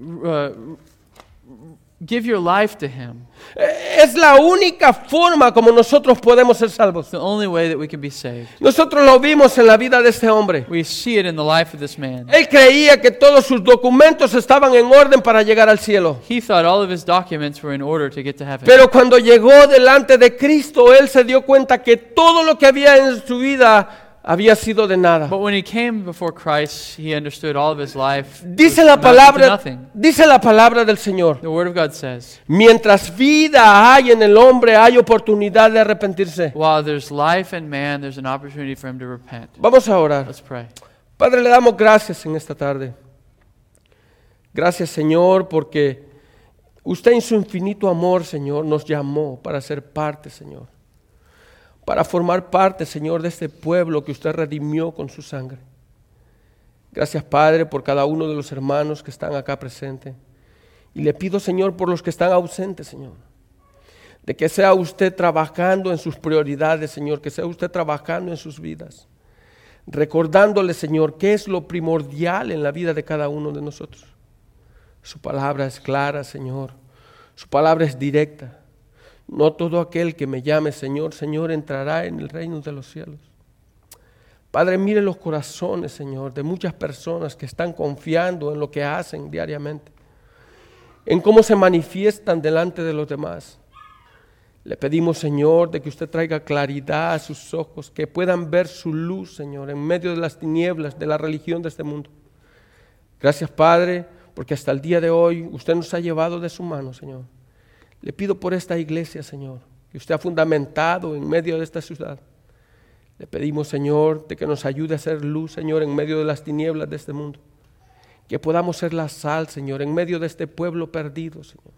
Speaker 2: R- uh, give your life to him.
Speaker 1: Eh, Es la única forma como nosotros podemos ser salvos.
Speaker 2: It's the only way that we can be saved.
Speaker 1: Nosotros lo vimos en la vida de este hombre.
Speaker 2: We see it in the life of this man.
Speaker 1: Él creía que todos sus documentos estaban en orden para llegar al cielo.
Speaker 2: He thought all of his documents were in order to get to heaven.
Speaker 1: Pero cuando llegó delante de Cristo, él se dio cuenta que todo lo que había en su vida había sido de nada.
Speaker 2: But when he came before Christ, he understood all of his life.
Speaker 1: Dice
Speaker 2: was
Speaker 1: la
Speaker 2: amounted to
Speaker 1: palabra,
Speaker 2: nothing.
Speaker 1: dice la palabra del Señor.
Speaker 2: The Word of God says,
Speaker 1: Mientras vida hay en el hombre, hay oportunidad de arrepentirse.
Speaker 2: while there's life in man, there's an opportunity for him to repent.
Speaker 1: Vamos a orar.
Speaker 2: Let's pray.
Speaker 1: Padre, le damos gracias en esta tarde. Gracias, Señor, porque usted en su infinito amor, Señor, nos llamó para ser parte, Señor. Para formar parte, Señor, de este pueblo que usted redimió con su sangre. Gracias, Padre, por cada uno de los hermanos que están acá presentes. Y le pido, Señor, por los que están ausentes, Señor. De que sea usted trabajando en sus prioridades, Señor, que sea usted trabajando en sus vidas recordándole, Señor, qué es lo primordial en la vida de cada uno de nosotros. Su palabra es clara, Señor. Su palabra es directa. No todo aquel que me llame Señor, Señor, entrará en el reino de los cielos. Padre, mire los corazones, Señor, de muchas personas que están confiando en lo que hacen diariamente, en cómo se manifiestan delante de los demás. Le pedimos, Señor, de que usted traiga claridad a sus ojos, que puedan ver su luz, Señor, en medio de las tinieblas de la religión de este mundo. Gracias, Padre, porque hasta el día de hoy usted nos ha llevado de su mano, Señor. Le pido por esta iglesia, Señor, que usted ha fundamentado en medio de esta ciudad. Le pedimos, Señor, de que nos ayude a ser luz, Señor, en medio de las tinieblas de este mundo. Que podamos ser la sal, Señor, en medio de este pueblo perdido, Señor.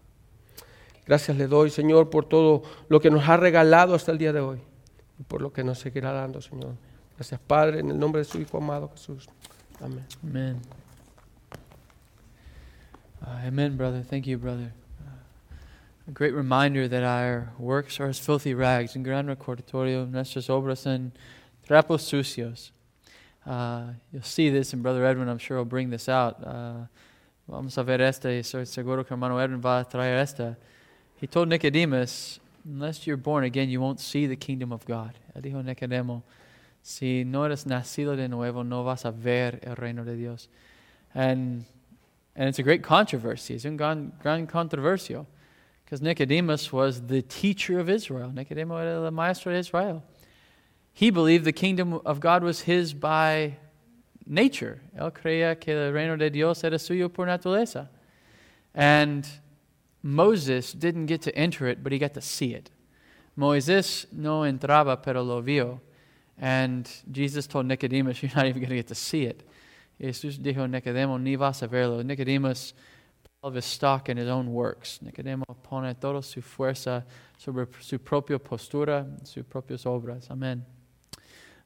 Speaker 1: Gracias le doy, Señor, por todo lo que nos ha regalado hasta el día de hoy y por lo que nos seguirá dando, Señor. Gracias, Padre, en el nombre de su Hijo amado Jesús. Amén.
Speaker 2: Amen. Uh, amen, brother. Thank you, brother. Uh, a great reminder that our works are as filthy rags. En gran recordatorio nuestras obras en trapos sucios. Uh, you'll see this, and Brother Edwin, I'm sure, will bring this out. Uh, vamos a ver esta, y estoy seguro que hermano Edwin va a traer esta. He told Nicodemus, unless you're born again, you won't see the kingdom of God. Él dijo Nicodemo, si no eres nacido de nuevo, no vas a ver el reino de Dios. And, and it's a great controversy. It's a gran, gran controversial. Because Nicodemus was the teacher of Israel. Nicodemus era el maestro de Israel. He believed the kingdom of God was his by nature. Él creía que el reino de Dios era suyo por naturaleza. And Moses didn't get to enter it, but he got to see it. Moisés no entraba, pero lo vio. And Jesus told Nicodemus, You're not even going to get to see it. Jesus dijo Nicodemo, Ni vas a verlo. Nicodemus put all of his stock in his own works. Nicodemo pone toda su fuerza sobre su propia postura, sus propias obras. Amen.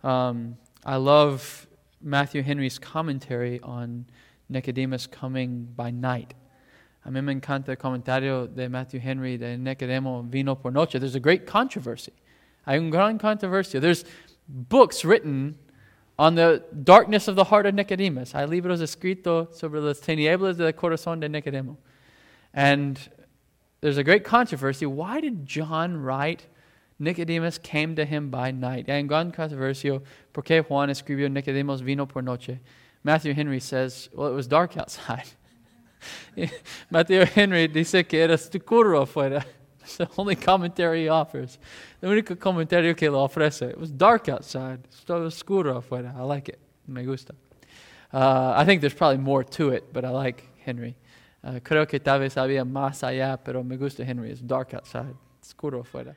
Speaker 2: Um, I love Matthew Henry's commentary on Nicodemus coming by night. A mí me encanta el comentario de Matthew Henry de Nicodemo vino por noche. There's a great controversy. Hay un gran controversia. There's books written on the darkness of the heart of Nicodemus. Hay libros escritos sobre las tinieblas del corazón de Nicodemo. And there's a great controversy. Why did John write Nicodemus came to him by night? Hay un gran controversial. ¿Por qué Juan escribió Nicodemus vino por noche? Matthew Henry says, well, it was dark outside. Matthew Henry dice que era oscuro afuera. It's the only commentary he offers. The único comentario que lo ofrece. It was dark outside. Estaba oscuro afuera. I like it. Me gusta. Uh, I think there's probably more to it, but I like Henry. Uh, creo que tal vez había más allá, pero me gusta Henry. It's dark outside. Oscuro afuera.